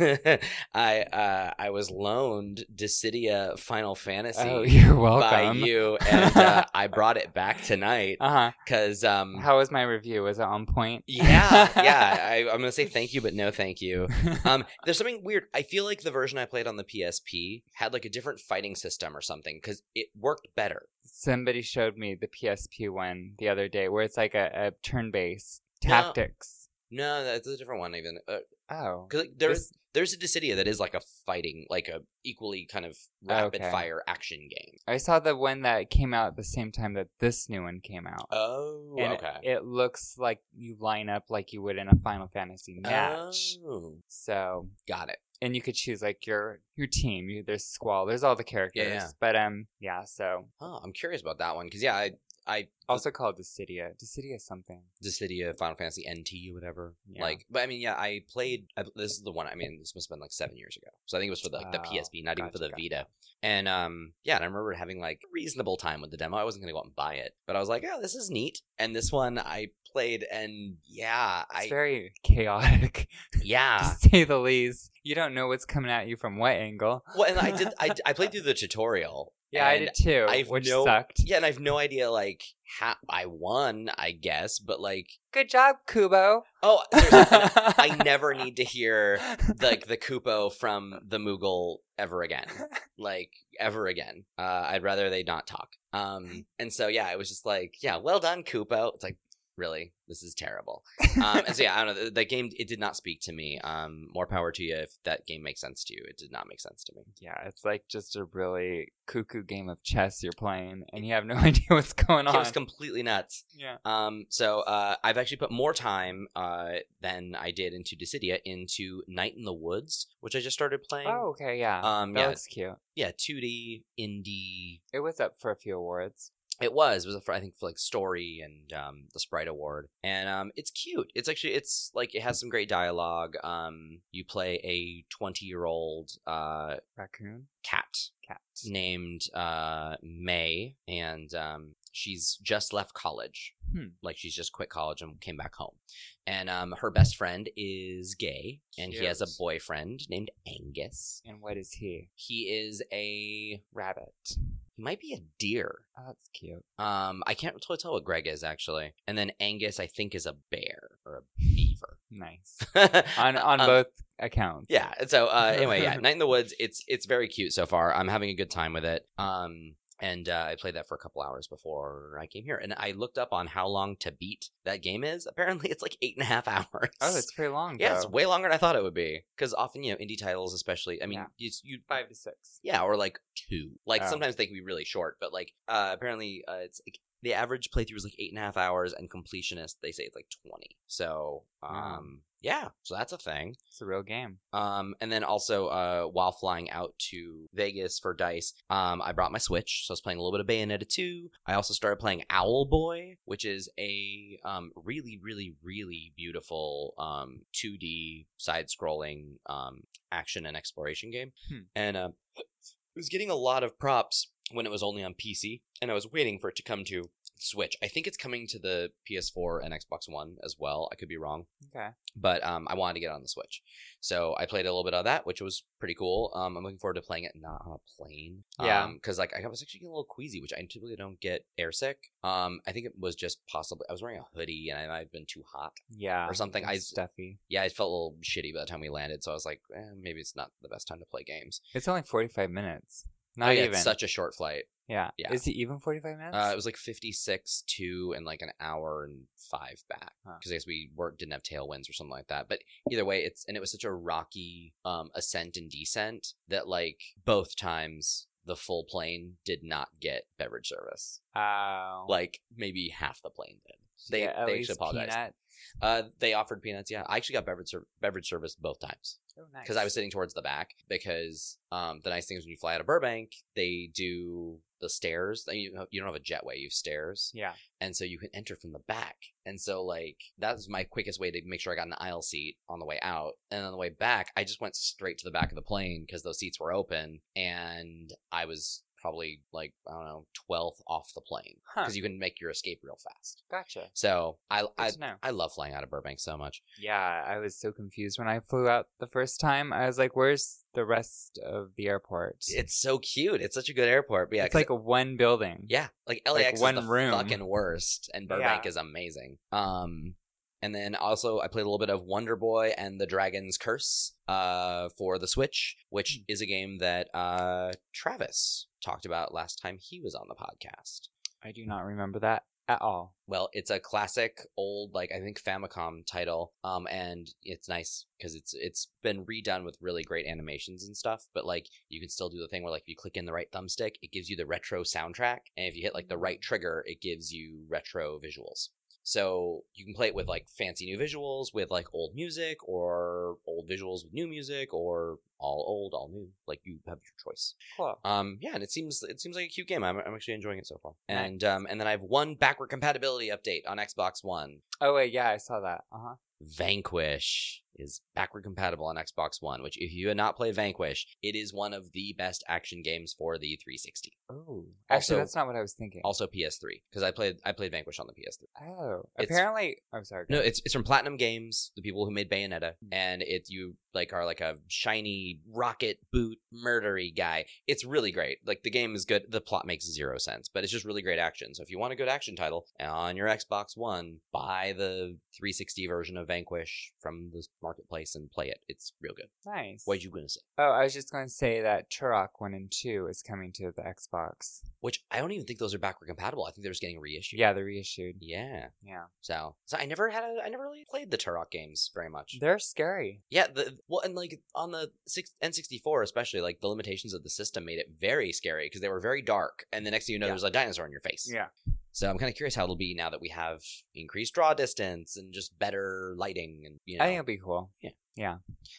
S2: I uh, I was loaned Dissidia Final Fantasy
S1: Oh, you're
S2: by
S1: welcome.
S2: you, and uh, I brought it back tonight
S1: Uh huh.
S2: because um,
S1: How was my review? Was it on point?
S2: yeah, yeah, I, I'm gonna say thank you, but no, thank you. Um, there's something weird. I feel like the version I played on the PSP had like a different fighting system or something because it worked better.
S1: Somebody showed me the PSP one the other day, where it's like a, a turn-based tactics.
S2: No, that's a different one even. Uh,
S1: Oh,
S2: Cause like, there's
S1: This-
S2: there's a Dissidia that is like a fighting, like a equally kind of rapid
S1: Okay.
S2: fire action game.
S1: I saw the one that came out at the same time that this new one came out.
S2: Oh,
S1: And
S2: okay.
S1: It looks like you line up like you would in a Final Fantasy match.
S2: Oh,
S1: So,
S2: got it.
S1: and you could choose like your your team. You, there's Squall. There's all the characters.
S2: yeah.
S1: But um, yeah. So
S2: Oh, I'm curious about that one because yeah, I I
S1: also called Dissidia. Dissidia something.
S2: the city of Final Fantasy NT or whatever.
S1: Yeah.
S2: Like, but I mean, yeah, I played. I, this is the one. I mean, this must have been like seven years ago. So I think it was for the, the
S1: Oh,
S2: PSP, not even for the
S1: gotcha,
S2: Vita. And um, yeah, and I remember having like a reasonable time with the demo. I wasn't gonna go out and buy it, but I was like, oh, this is neat. And this one I played, and yeah,
S1: It's
S2: I
S1: very chaotic
S2: yeah.
S1: to say the least. You don't know what's coming at you from what angle.
S2: Well, and I did. I, I played through the tutorial.
S1: Yeah, I
S2: and
S1: did too,
S2: I've
S1: which
S2: no-
S1: sucked.
S2: Yeah, and I have no idea like how I won, I guess, but like
S1: Good job, Kubo.
S2: oh, seriously, I I never need to hear like the Kupo from the Moogle ever again, like ever again. Uh, I'd rather they not talk. Um, and so yeah, it was just like yeah, well done, Kupo. It's like really, this is terrible. Um, and so yeah, I don't know. The, the game it did not speak to me. Um, more power to you if that game makes sense to you. It did not make sense to me.
S1: Yeah, it's like just a really cuckoo game of chess you're playing, and you have no idea what's going
S2: It
S1: on.
S2: was completely nuts.
S1: yeah.
S2: Um, so uh, I've actually put more time uh, than I did into Dissidia into Night in the Woods, which I just started playing.
S1: Oh, okay, yeah.
S2: um,
S1: that
S2: yeah,
S1: looks cute.
S2: yeah, 2D indie.
S1: It was up for a few awards.
S2: It was. It was for I think for like story and um, the Sprite Award, and um, it's cute. It's actually it's like it has some great dialogue. Um, you play a twenty year old uh,
S1: Raccoon?
S2: cat
S1: Cat.
S2: named uh, May, and um, she's just left college.
S1: Hmm.
S2: Like she's just quit college and came back home. And um, her best friend is gay, and he has a
S1: Cute.
S2: boyfriend named Angus.
S1: And what is he?
S2: He is a
S1: Rabbit.
S2: he might be a deer.
S1: Oh, that's cute.
S2: Um, I can't totally tell what Greg is actually. And then Angus, I think, is a bear or a beaver.
S1: Nice. On on
S2: Um,
S1: both accounts.
S2: Yeah. and So uh, anyway, yeah, Night in the Woods. It's it's very cute so far. I'm having a good time with it. Um, and uh, I played that for a couple hours before I came here, and I looked up on how long to beat that game is. Apparently, it's like eight and a half hours.
S1: Oh, it's pretty long.
S2: yeah, it's
S1: though.
S2: way longer than I thought it would be. Because often, you know, indie titles, especially, I mean,
S1: Yeah.
S2: you, you
S1: five to six.
S2: Yeah, or like two. Like
S1: Oh.
S2: sometimes they can be really short, but like uh, apparently uh, it's like the average playthrough is like eight and a half hours, and completionist they say it's like twenty. So um,
S1: Wow.
S2: yeah, so that's a thing.
S1: It's a real game.
S2: Um, and then also uh, while flying out to Vegas for Dice, um, I brought my Switch, so I was playing a little bit of Bayonetta two. I also started playing Owl Boy, which is a um, really, really, really beautiful um, 2D side-scrolling um, action and exploration game,
S1: Hmm.
S2: and um, it was getting a lot of props when it was only on PC, and I was waiting for it to come to Switch. I think it's coming to the PS4 and Xbox One as well. I could be wrong
S1: Okay.
S2: but um, I wanted to get it on the Switch. So I played a little bit of that, which was pretty cool. Um, I'm looking forward to playing it not on a plane.
S1: Yeah.
S2: Because like I was actually getting a little queasy, which I typically don't get airsick. Um, I think it was just possibly I was wearing a hoodie and I might have been too hot.
S1: Yeah.
S2: Or something.
S1: it's
S2: I-
S1: stuffy.
S2: Yeah, I felt a little shitty by the time we landed, so I was like, eh, maybe it's not the best time to play games.
S1: It's only forty five minutes.
S2: Oh,
S1: Not
S2: yeah, it's
S1: even.
S2: such a short flight.
S1: yeah.
S2: yeah.
S1: Is it even forty five minutes?
S2: Uh, it was like 56 two and like an hour and five back
S1: Huh.
S2: because I guess we were didn't have tailwinds or something like that. But either way, it's and it was such a rocky um, ascent and descent that like both times the full plane did not get beverage service.
S1: Ow.
S2: Like maybe half the plane did.
S1: Should
S2: they-
S1: get Oh. at
S2: they
S1: least
S2: should apologize.
S1: peanut.
S2: Uh, they offered peanuts. Yeah, I actually got beverage ser- beverage service both times
S1: Oh, nice.
S2: because I was sitting towards the back. Because um, the nice thing is when you fly out of Burbank, they do the stairs. I mean, You you don't have a jetway, you have stairs
S1: Yeah.
S2: and so you can enter from the back. And so like that was my quickest way to make sure I got an aisle seat on the way out. And on the way back, I just went straight to the back of the plane because those seats were open, and I was probably like I don't know twelfth off the plane
S1: Huh.
S2: because you can make your escape real fast.
S1: Gotcha.
S2: So I
S1: Good
S2: I.
S1: to know.
S2: I love flying out of Burbank so much.
S1: Yeah, I was so confused when I flew out the first time. I was like, "Where's the rest of the airport?"
S2: It's so cute. It's such a good airport. But yeah,
S1: it's
S2: 'cause
S1: like one building.
S2: Yeah, like LAX is
S1: one
S2: the
S1: room.
S2: fucking worst, and Burbank
S1: Yeah.
S2: is amazing. Um, and then also I played a little bit of Wonder Boy and the Dragon's Curse, uh, for the Switch,
S1: Mm.
S2: which is a game that uh Travis talked about last time he was on the podcast.
S1: I do not remember that at all.
S2: Well, it's a classic old, like I think Famicom title, um, and it's nice because it's it's been redone with really great animations and stuff. But like you can still do the thing where like if you click in the right thumbstick, it gives you the retro soundtrack, and if you hit like the right trigger, it gives you retro visuals. So you can play it with like fancy new visuals, with like old music, or old visuals with new music, or all old, all new. Like you have your choice.
S1: Cool.
S2: Um, yeah, and it seems it seems like a cute game. I'm, I'm actually enjoying it so far.
S1: Nice.
S2: And um, and then I have one backward compatibility update on Xbox One.
S1: Oh wait, yeah, I saw that. Uh huh.
S2: Vanquish is backward compatible on Xbox One, which if you had not played Vanquish, it is one of the best action games for the 360.
S1: Oh,
S2: Also-
S1: actually, that's not what I was thinking.
S2: Also PS3, because I played I played Vanquish on the PS3.
S1: oh,
S2: It's-
S1: apparently, I'm sorry. go
S2: No,
S1: ahead.
S2: it's it's from Platinum Games, the people who made Bayonetta,
S1: Hmm.
S2: and it you like are like a shiny rocket boot murdery guy. It's really great. Like the game is good. The plot makes zero sense, but it's just really great action. So if you want a good action title on your Xbox One, buy the 360 version of Vanquish from the marketplace and play it. It's real good.
S1: nice.
S2: What are you gonna say?
S1: Oh, I was just going to say that Turok One and Two is coming to the Xbox.
S2: Which I don't even think those are backward compatible. I think they're just getting reissued.
S1: Yeah, they're reissued.
S2: Yeah.
S1: Yeah,
S2: So, so I never had a, I never really played the Turok games very much.
S1: they're scary.
S2: Yeah, the well, and like on the six, N64, especially like the limitations of the system made it very scary because they were very dark, and the next thing you know,
S1: Yeah.
S2: there's a dinosaur in your face. So I'm kind of curious how it'll be now that we have increased draw distance and just better lighting, and you know.
S1: I think it'll be cool.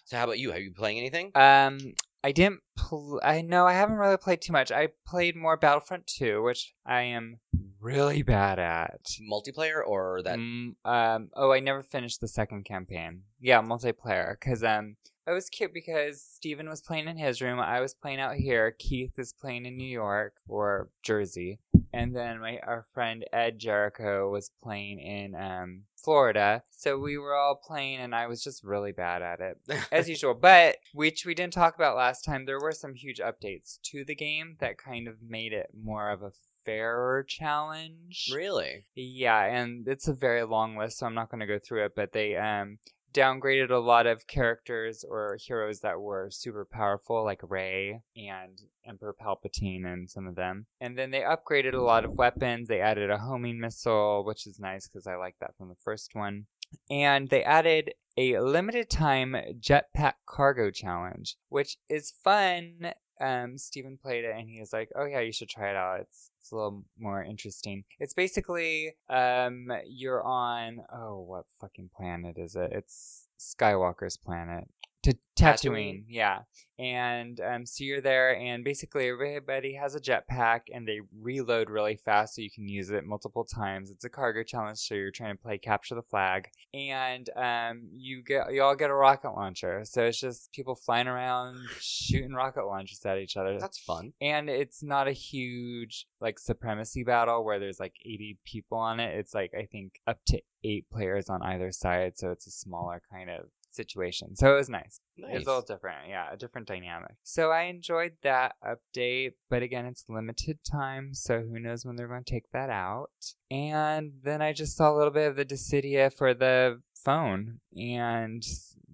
S2: So how about you? Have you been playing anything?
S1: Um, I didn't. Pl- I know I haven't really played too much. I played more Battlefront Two, which I am really bad at.
S2: Multiplayer or that?
S1: Mm, um, oh, I never finished the second campaign. Yeah, multiplayer. Because um, it was cute because Steven was playing in his room, I was playing out here, Keith is playing in New York or Jersey, and then my our friend Ed Jericho was playing in um, Florida. So we were all playing, and I was just really bad at it Mm, as usual. But which we didn't talk about last time, there were some huge updates to the game that kind of made it more of a fairer challenge.
S2: really?
S1: Yeah, and it's a very long list, so I'm not going to go through it. But they um downgraded a lot of characters or heroes that were super powerful, like Rey and Emperor Palpatine, and some of them. And then they upgraded a lot of weapons. They added a homing missile, which is nice because I like that from the first one. And they added a limited time jetpack cargo challenge, which is fun um, Steven played it and he was like, "Oh yeah, you should try it out. It's it's a little more interesting. It's basically um, you're on oh what fucking planet is it? It's Skywalker's planet." To Tatooine,
S2: Tatooine.
S1: yeah, and um, so you're there, and basically everybody has a jetpack, and they reload really fast, so you can use it multiple times. It's a cargo challenge, so you're trying to play capture the flag, and um, you get you all get a rocket launcher. So it's just people flying around shooting rocket launchers at each other.
S2: That's fun.
S1: and it's not a huge like supremacy battle where there's like 80 people on it. It's like I think up to eight players on either side, so it's a smaller kind of situation. So it was nice.
S2: Nice.
S1: It's a little different, yeah, a different dynamic. So I enjoyed that update, but again, it's limited time, so who knows when they're going to take that out. And then I just saw a little bit of the Dissidia for the phone, and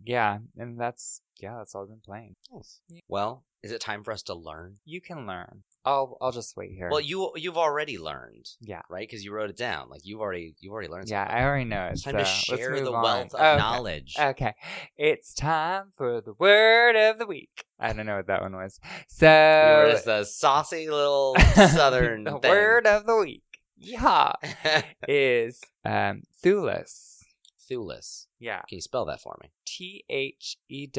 S1: yeah, and that's yeah, that's all I've been playing.
S2: Well, is it time for us to learn?
S1: You can learn. I'll I'll just wait here.
S2: Well, you you've already learned,
S1: yeah,
S2: right? Because you wrote it down. Like you've already you've already learned.
S1: yeah,
S2: something.
S1: I already know it.
S2: It's time
S1: so
S2: to
S1: let's
S2: share
S1: move
S2: the
S1: on. Oh,
S2: wealth of
S1: Okay.
S2: knowledge.
S1: Okay, it's time for the word of the week. I don't know what that one was. So
S2: We were just a saucy little southern
S1: the
S2: thing.
S1: word of the week yeah is um thewlis
S2: Thewlis.
S1: yeah
S2: Can you spell that for me?
S1: E t-h-e-w-l-e-s-s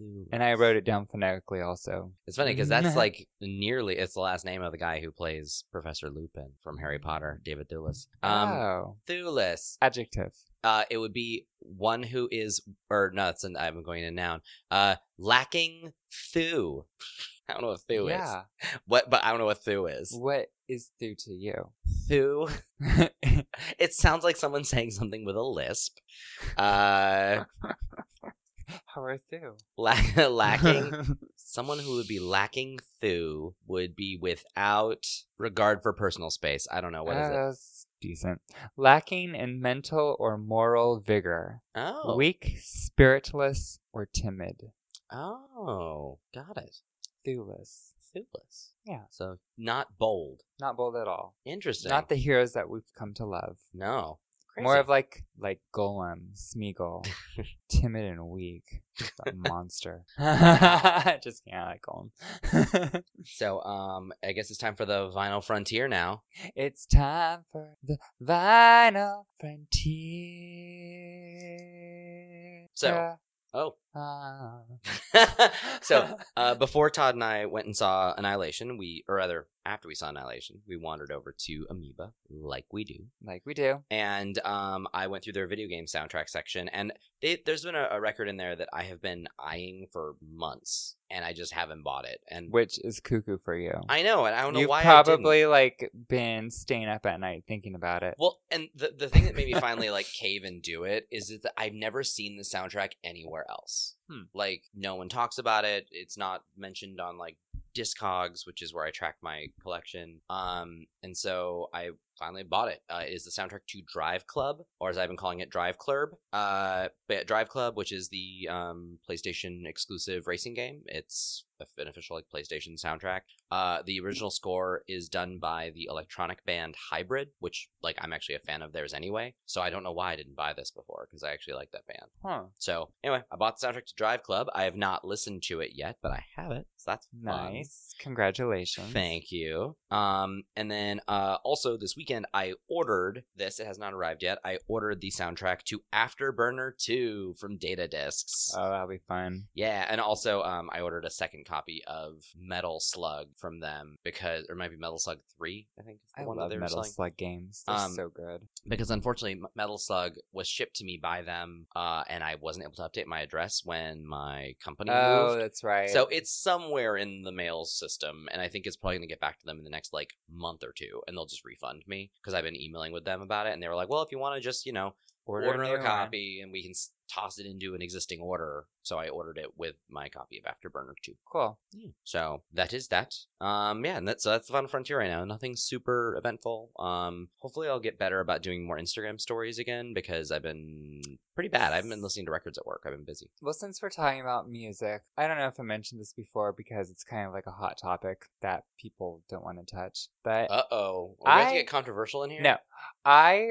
S1: E and i wrote it down phonetically also
S2: It's funny because that's like nearly it's the last name of the guy who plays Professor Lupin from Harry Potter, David Thewlis. Um,
S1: oh
S2: Thewlis.
S1: adjective
S2: Uh, it would be one who is, or no, it's an, I'm going to noun. Uh, lacking thew. I don't know what thew
S1: yeah
S2: is. What? But I don't know what thew is.
S1: what is thew to you
S2: Thew. It sounds like someone saying something with a lisp. Uh,
S1: how are thew
S2: lack, lacking. someone who would be lacking thew would be without regard for personal space. I don't know what is it.
S1: That's decent lacking in mental or moral vigor
S2: Oh.
S1: weak spiritless or timid
S2: Oh, got it.
S1: thewless
S2: Foodless.
S1: Yeah.
S2: So not bold.
S1: not bold at all
S2: Interesting.
S1: not the heroes that we've come to love
S2: no.
S1: More of like like Golem, Smeagol, timid and weak, that monster. Just can't like Golem.
S2: so. Um, I guess it's time for the vinyl frontier now.
S1: it's time for the vinyl frontier.
S2: So- Oh.
S1: Ah.
S2: so
S1: um,
S2: uh, before Todd and I went and saw Annihilation, we or rather after we saw Annihilation, we wandered over to Amoeba, like we do.
S1: like we do.
S2: and um, I went through their video game soundtrack section, and they, there's been a, a record in there that I have been eyeing for months, and I just haven't bought it. And
S1: Which is cuckoo for you.
S2: I know, and I don't know
S1: You've
S2: why. I didn't.
S1: probably like been staying up at night thinking about it.
S2: Well, and the the thing that made me finally like cave and do it is that I've never seen the soundtrack anywhere else.
S1: Hmm.
S2: Like no one talks about it. It's not mentioned on like Discogs, which is where I track my collection. Um, and so I finally bought it. Uh, it is the soundtrack to Drive Club, or as I've been calling it, Drive Club. Uh, but Drive Club, which is the um, PlayStation exclusive racing game, it's an official like PlayStation soundtrack. Uh, the original score is done by the electronic band Hybrid, which like I'm actually a fan of theirs anyway. So I don't know why I didn't buy this before because I actually like that band.
S1: huh.
S2: So anyway, I bought the soundtrack to Drive Club. I have not listened to it yet, but I have it. So that's fun.
S1: Nice. Congratulations.
S2: Thank you. Um, and then uh, also this weekend weekend, I ordered this. It has not arrived yet. I ordered the soundtrack to Afterburner 2 from Data Discs.
S1: Oh, that'll be fun.
S2: Yeah, and also um, I ordered a second copy of Metal Slug from them because, or it might be Metal Slug Three, I think. Is the
S1: I
S2: one
S1: love
S2: that they were
S1: Metal
S2: selling.
S1: Slug games. They're
S2: Um,
S1: so good.
S2: Because unfortunately, M- Metal Slug was shipped to me by them, uh, and I wasn't able to update my address when my company
S1: Oh,
S2: moved.
S1: that's right.
S2: So it's somewhere in the mail system, and I think it's probably gonna get back to them in the next like month or two, and they'll just refund me because I've been emailing with them about it, and they were like, "Well, if you want to just you know order,
S1: a
S2: another
S1: new one.
S2: copy, and we can s- toss it into an existing order." So I ordered it with my copy of Afterburner Two.
S1: Cool.
S2: So that is that. Um, yeah, and that's so that's the final frontier right now. Nothing super eventful. Um, hopefully I'll get better about doing more Instagram stories again because I've been pretty bad. I haven't been listening to records at work. I've been busy.
S1: Well, since we're talking about music, I don't know if I mentioned this before because it's kind of like a hot topic that people don't want to touch. But
S2: Uh oh, we have
S1: I-
S2: to get controversial in here.
S1: no, I,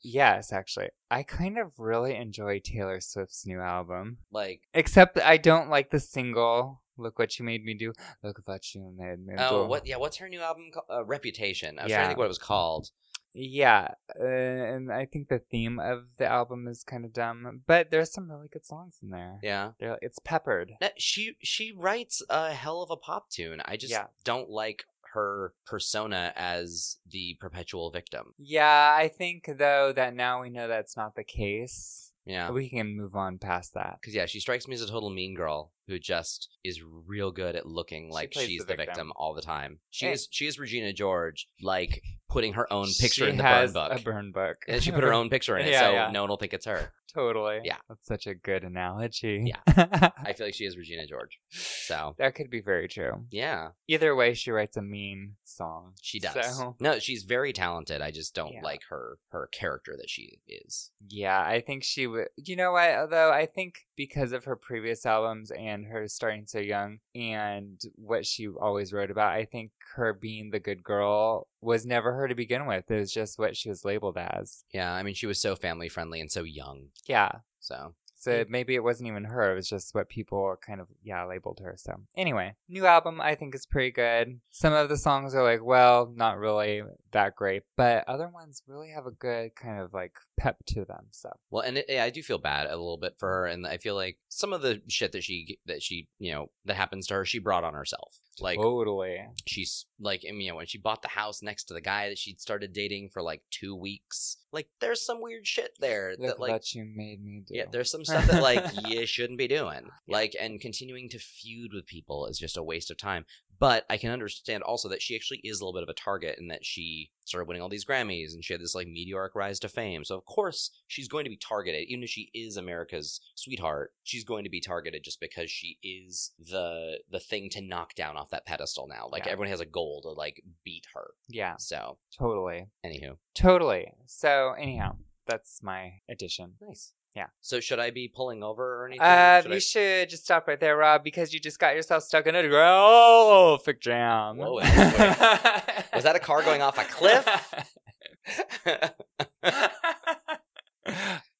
S1: yes, actually, I kind of really enjoy Taylor Swift's new album.
S2: like
S1: Except that I don't like the single. Look what you made me do. Look what you made me do.
S2: oh, what? Yeah, what's her new album? Called? Uh, Reputation. I was trying to
S1: Yeah.
S2: think what it was called.
S1: Yeah, uh, and I think the theme of the album is kind of dumb, but there's some really good songs in there.
S2: Yeah,
S1: They're, it's peppered.
S2: No, she she writes a hell of a pop tune. I just
S1: Yeah.
S2: don't like her persona as the perpetual victim.
S1: Yeah, I think though that now we know that's not the case.
S2: Yeah.
S1: We can move on past that.
S2: Because yeah, she strikes me as a total mean girl who just is real good at looking like
S1: plays
S2: she's the
S1: the
S2: victim.
S1: victim.
S2: all the time. She
S1: Eh.
S2: is she is Regina George, like putting her own picture
S1: She
S2: in the burn
S1: has
S2: book,
S1: A burn book.
S2: and she put her own picture in it,
S1: Yeah,
S2: so
S1: yeah.
S2: no one will think it's her.
S1: totally.
S2: Yeah.
S1: that's such a good analogy.
S2: I feel like she is Regina George. So
S1: that could be very true.
S2: yeah,
S1: Either way, she writes a mean song.
S2: she does.
S1: So,
S2: No, she's very talented. I just don't
S1: Yeah.
S2: like her her character that she is.
S1: yeah, I think she would. You know what? Although I think because of her previous albums and her starting so young and what she always wrote about, I think her being the good girl was never her to begin with. It was just what she was labeled as.
S2: Yeah, I mean, she was so family friendly and so young.
S1: Yeah.
S2: So
S1: So maybe it wasn't even her. It was just what people kind of yeah labeled her. So anyway, new album I think is pretty good. Some of the songs are like, well, not really that great, but other ones really have a good kind of like pep to them. So
S2: Well, and it, yeah, I do feel bad a little bit for her, and I feel like some of the shit that she that she you know that happens to her, she brought on herself. Like
S1: totally,
S2: she's like I mean, you know when she bought the house next to the guy that she'd started dating for like two weeks, like there's some weird shit there
S1: look
S2: that like
S1: what you made me do.
S2: yeah, there's some stuff that like you shouldn't be doing. Like, and continuing to feud with people is just a waste of time. But I can understand also that she actually is a little bit of a target in that she started winning all these Grammys and she had this like meteoric rise to fame. So of course she's going to be targeted, even if she is America's sweetheart. She's going to be targeted just because she is the the thing to knock down off that pedestal now. Like
S1: Yeah.
S2: everyone has a goal to like beat her.
S1: yeah,
S2: So,
S1: totally,
S2: anywho,
S1: totally. So anyhow, that's my addition.
S2: nice.
S1: Yeah.
S2: So should I be pulling over or anything?
S1: Uh,
S2: Should
S1: you
S2: I-
S1: should just stop right there, Rob, because you just got yourself stuck in a graphic jam.
S2: Whoa, Was that a car going off a cliff?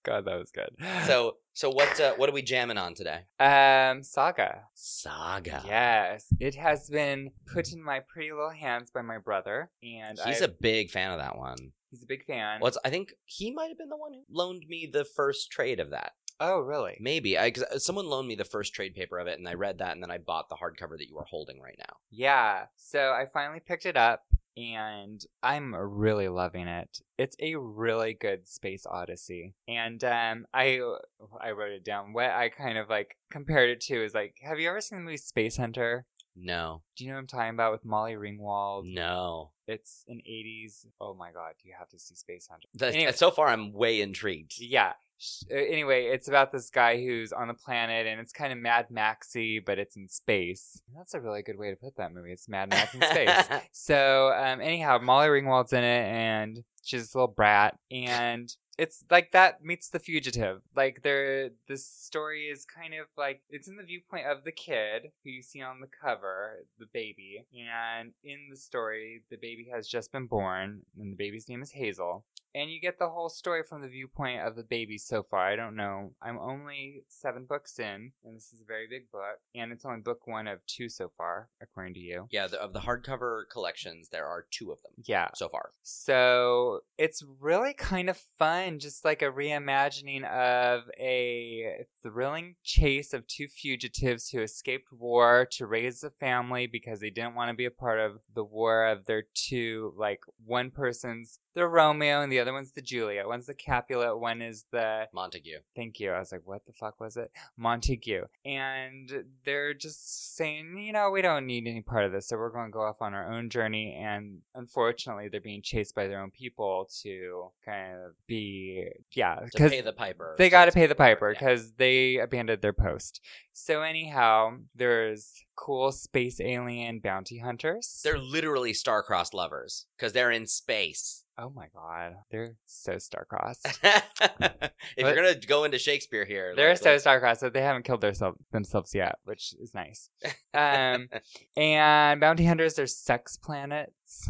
S1: God, that was good.
S2: so so what uh, what are we jamming on today?
S1: um, Saga.
S2: Saga.
S1: Yes, it has been put in my pretty little hands by my brother, and
S2: He's
S1: I-
S2: a big fan of that one.
S1: he's a big fan.
S2: What's I think he might have been the one who loaned me the first trade of that.
S1: Oh, really?
S2: Maybe I 'cause, uh, someone loaned me the first trade paper of it, and I read that, and then I bought the hardcover that you are holding right now.
S1: Yeah. So I finally picked it up, and I'm really loving it. It's a really good space odyssey, and um, I I wrote it down. What I kind of like compared it to is like, have you ever seen the movie Space Hunter?
S2: No,
S1: Do you know what I'm talking about with Molly Ringwald?
S2: no.
S1: It's an 80s. Oh my god, you have to see Space Hunter.
S2: That-
S1: Anyway.
S2: So far, I'm way intrigued.
S1: Yeah. Sh- uh, Anyway, it's about this guy who's on the planet, and it's kind of Mad Maxy, but it's in space. That's a really good way to put that movie. It's Mad Max in space. So, um, anyhow, Molly Ringwald's in it, and she's this little brat, and it's like that meets the fugitive. Like, there, this story is kind of like it's in the viewpoint of the kid who you see on the cover, the baby, and in the story, the baby has just been born, and the baby's name is Hazel. And you get the whole story from the viewpoint of the baby so far. I don't know. I'm only seven books in, and this is a very big book, and it's only book one of two so far, according to you.
S2: Yeah, the, of the hardcover collections, there are two of them
S1: Yeah.
S2: so far.
S1: So it's really kind of fun, just like a reimagining of a thrilling chase of two fugitives who escaped war to raise a family because they didn't want to be a part of the war of their two, like one person's the Romeo and the other one's the Juliet. One's the Capulet, one is the
S2: Montague.
S1: thank you. I was like, what the fuck was it? Montague. And they're just saying, you know, we don't need any part of this. So we're going to go off on our own journey. And unfortunately, they're being chased by their own people to kind of be, yeah,
S2: To
S1: because
S2: pay the piper.
S1: they
S2: so
S1: got to
S2: it's
S1: pay the
S2: more-
S1: piper
S2: yeah.
S1: because they abandoned their post. So, anyhow, there's cool space alien bounty hunters.
S2: They're literally star-crossed lovers because they're in space.
S1: oh my God. They're so star-crossed.
S2: if you're gonna go into Shakespeare here,
S1: They're
S2: like,
S1: so
S2: let's-
S1: star-crossed that they haven't killed themselves themselves yet, which is nice. Um, and bounty hunters, there's sex planets.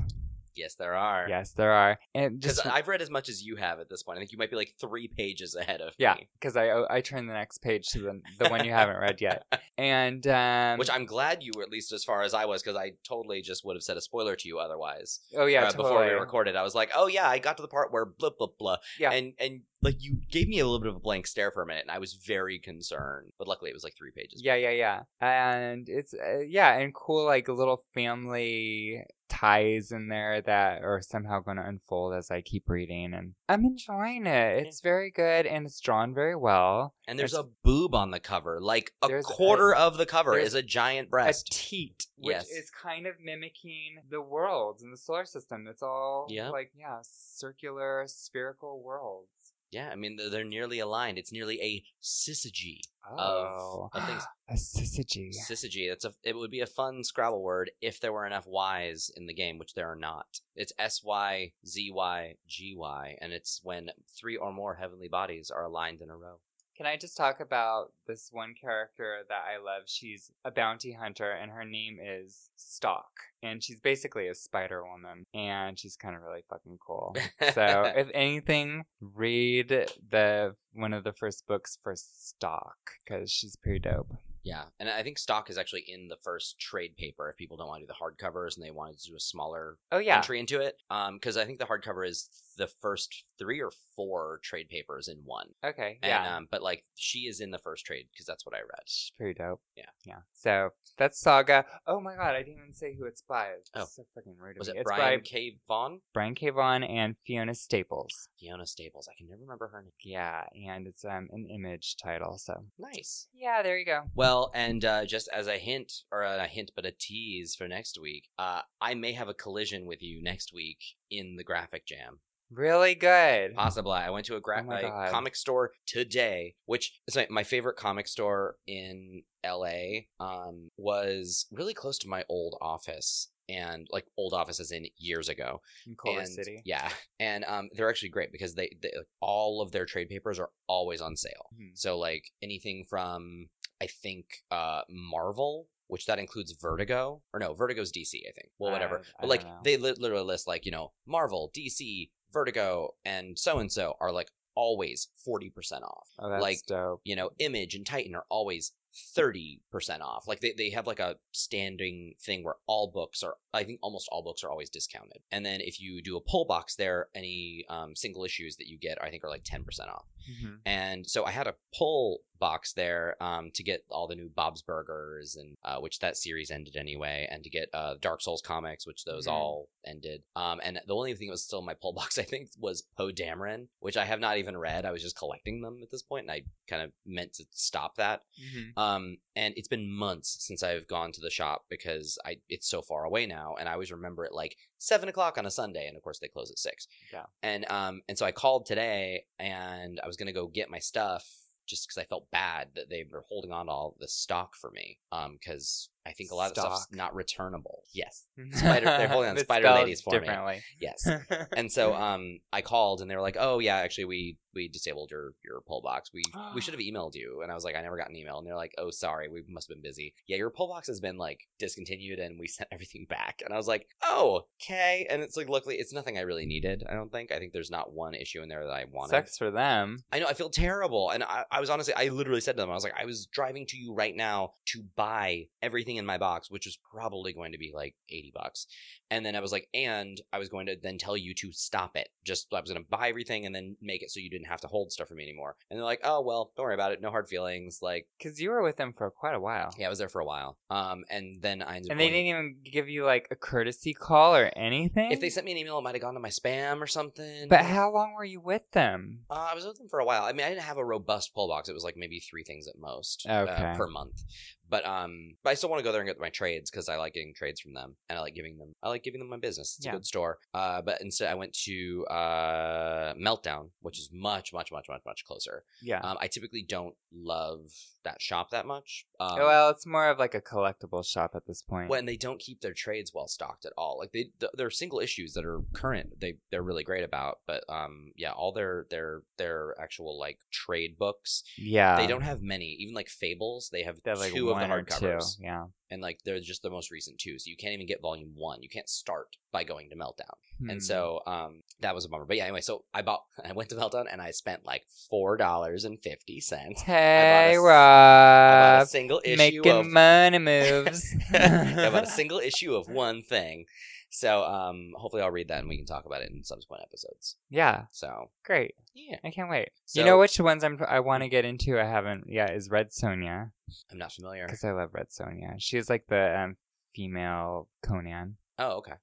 S2: yes, there are.
S1: Yes, there are, and
S2: Because
S1: just
S2: I've read as much as you have at this point. I think you might be like three pages ahead of
S1: yeah,
S2: me.
S1: because I oh, I turned the next page to the the one you haven't read yet, and um,
S2: Which I'm glad you were at least as far as I was, because I totally just would have said a spoiler to you otherwise.
S1: oh yeah,
S2: Uh,
S1: totally.
S2: Before we recorded, I was like, "Oh yeah, I got to the part where blah blah blah,"
S1: Yeah.
S2: and and like you gave me a little bit of a blank stare for a minute, and I was very concerned. But luckily, it was like three pages.
S1: Yeah, yeah, yeah. And it's uh, yeah, and cool like little family ties in there that are somehow going to unfold as I keep reading and I'm enjoying it. It's very good and it's drawn very well.
S2: and there's
S1: It's-
S2: a boob on the cover, like a
S1: There's a-
S2: quarter of the cover
S1: there's
S2: is a giant
S1: A
S2: breast.
S1: teat, which
S2: Yes.
S1: is kind of mimicking the worlds in the solar system. It's all
S2: Yeah.
S1: like yeah, circular spherical worlds.
S2: yeah, I mean they're, they're nearly aligned. It's nearly a syzygy
S1: Oh,
S2: of things.
S1: a syzygy.
S2: Syzygy. That's a. It would be a fun Scrabble word if there were enough Y's in the game, which there are not. It's S Y Z Y G Y, and it's when three or more heavenly bodies are aligned in a row.
S1: Can I just talk about this one character that I love? She's a bounty hunter and her name is Stalk. And she's basically a spider woman. And she's kind of really fucking cool. so if anything, read the one of the first books for Stalk because she's pretty dope.
S2: yeah, and I think stock is actually in the first trade paper if people don't want to do the hardcovers and they wanted to do a smaller
S1: Oh yeah.
S2: entry into it. Um, because I think the hardcover is the first three or four trade papers in one.
S1: Okay.
S2: And,
S1: Yeah.
S2: um, but like she is in the first trade because that's what I read.
S1: she's pretty dope.
S2: Yeah.
S1: Yeah. So that's Saga. Oh my god, I didn't even say who it's by. It's
S2: Oh.
S1: so freaking rude of
S2: Was
S1: me.
S2: it
S1: it's
S2: Brian
S1: by
S2: K. Vaughn?
S1: Brian K. Vaughan and Fiona Staples.
S2: Fiona Staples. I can never remember her name.
S1: Yeah, and it's um an image title, so
S2: Nice.
S1: yeah, there you go.
S2: Well, and uh, just as a hint, or a hint, but a tease for next week, uh, I may have a collision with you next week in the graphic jam.
S1: Really good.
S2: Possibly. I went to a, gra-
S1: Oh my
S2: a
S1: God.
S2: comic store today, which is like my favorite comic store in LA. Um, was really close to my old office, and like old office as in years ago.
S1: In Culver
S2: And-
S1: City.
S2: Yeah, and um, they're actually great because they, they like, all of their trade papers are always on sale.
S1: Mhm.
S2: So like anything from I think uh Marvel, which that includes Vertigo or no, Vertigo's DC, I think. Well, whatever.
S1: I- I
S2: but like
S1: don't know.
S2: they li- literally list like you know Marvel, DC, Vertigo, and so and so are like always forty percent off
S1: Oh, that's
S2: like-
S1: dope.
S2: you know, Image and Titan are always 30% off. Like they, they have like a standing thing where all books are, I think almost all books are always discounted. And then if you do a pull box there, any um, single issues that you get, I think are like 10% off.
S1: Mhm.
S2: And so I had a pull box there um, to get all the new Bob's Burgers and uh, which that series ended anyway, and to get uh, Dark Souls comics, which those
S1: Mhm.
S2: all ended. Um, and the only thing that was still in my pull box, I think, was Poe Dameron, which I have not even read. I was just collecting them at this point, and I kind of meant to stop that.
S1: Mhm.
S2: Um, and it's been months since I've gone to the shop because I it's so far away now, and I always remember it like seven o'clock on a Sunday, and of course they close at six.
S1: Yeah.
S2: And um, and so I called today, and I was gonna go get my stuff just because I felt bad that they were holding on to all this stock for me, um, because I think a lot of stuff's
S1: Stock.
S2: not returnable. Yes. Spider- they're holding on
S1: Mm-hmm. It's
S2: Spider
S1: spelled
S2: Ladies for me.
S1: differently.
S2: Yes. and so um I called and they were like, "Oh yeah, actually we we disabled your your pull box. We we should have emailed you." And I was like, "I never got an email." And they're like, "Oh, sorry. We must have been busy. Yeah, your pull box has been like discontinued and we sent everything back." And I was like, "Oh, okay." And it's like luckily it's nothing I really needed, I don't think. I think there's not one issue in there that I wanted.
S1: Sucks for them.
S2: I know I feel terrible, and I, I was honestly, I literally said to them, I was like, I was driving to you right now to buy everything in my box, which was probably going to be like eighty bucks, and then I was like, and I was going to then tell you to stop it. Just I was going to buy everything and then make it so you didn't have to hold stuff for me anymore. And they're like, oh well, don't worry about it, no hard feelings. Like,
S1: Because you were with them for quite a while.
S2: yeah, I was there for a while, um, and then I ended up
S1: And they
S2: going-
S1: didn't even give you like a courtesy call or anything.
S2: If they sent me an email, it might have gone to my spam or something.
S1: But how long were you with them?
S2: Uh, I was with them for a while. I mean, I didn't have a robust pull box. It was like maybe three things at most uh,
S1: Okay.
S2: per month. But um, but I still want to go there and get my trades because I like getting trades from them, and I like giving them. I like giving them my business. It's
S1: Yeah.
S2: a good store. Uh, but instead, I went to uh Meltdown, which is much, much, much, much, much closer.
S1: Yeah.
S2: Um, I typically don't love that shop that much. Um,
S1: well, it's more of like a collectible shop at this point.
S2: when they don't keep their trades well stocked at all. Like they, th- there are single issues that are current. They they're really great about, but um, yeah, all their their their actual like trade books.
S1: yeah.
S2: they don't have many. Even like Fables, they have
S1: They have, like
S2: two of the
S1: one or two.
S2: hardcovers,
S1: Yeah.
S2: and like they're just the most recent two. So you can't even get volume one. You can't start by going to Meltdown.
S1: Hmm.
S2: And so um, that was a bummer. But yeah, anyway, so I bought. I went to Meltdown and I spent like four dollars and fifty cents.
S1: Hey,
S2: s- I bought
S1: Rob.
S2: a single issue
S1: Uh, Making
S2: of
S1: money moves.
S2: I bought a single issue of one thing. So um, hopefully I'll read that and we can talk about it in subsequent episodes.
S1: yeah.
S2: So
S1: Great.
S2: yeah,
S1: I can't wait.
S2: So-
S1: you know which ones I'm, I want to get into? I haven't. Yeah, is Red Sonia
S2: I'm not familiar.
S1: because I love Red Sonia. She's like the um, female Conan.
S2: Oh, okay.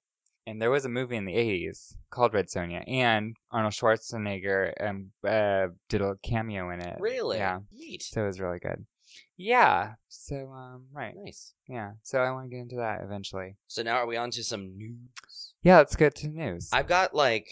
S1: and there was a movie in the 80s called Red Sonja, and Arnold Schwarzenegger um, uh, did a cameo in it.
S2: Really?
S1: Yeah.
S2: Neat.
S1: So it was really good. Yeah. So, um, right.
S2: Nice.
S1: Yeah. So I want to get into that eventually.
S2: So now are we on to some news?
S1: Yeah, let's get to news.
S2: I've got like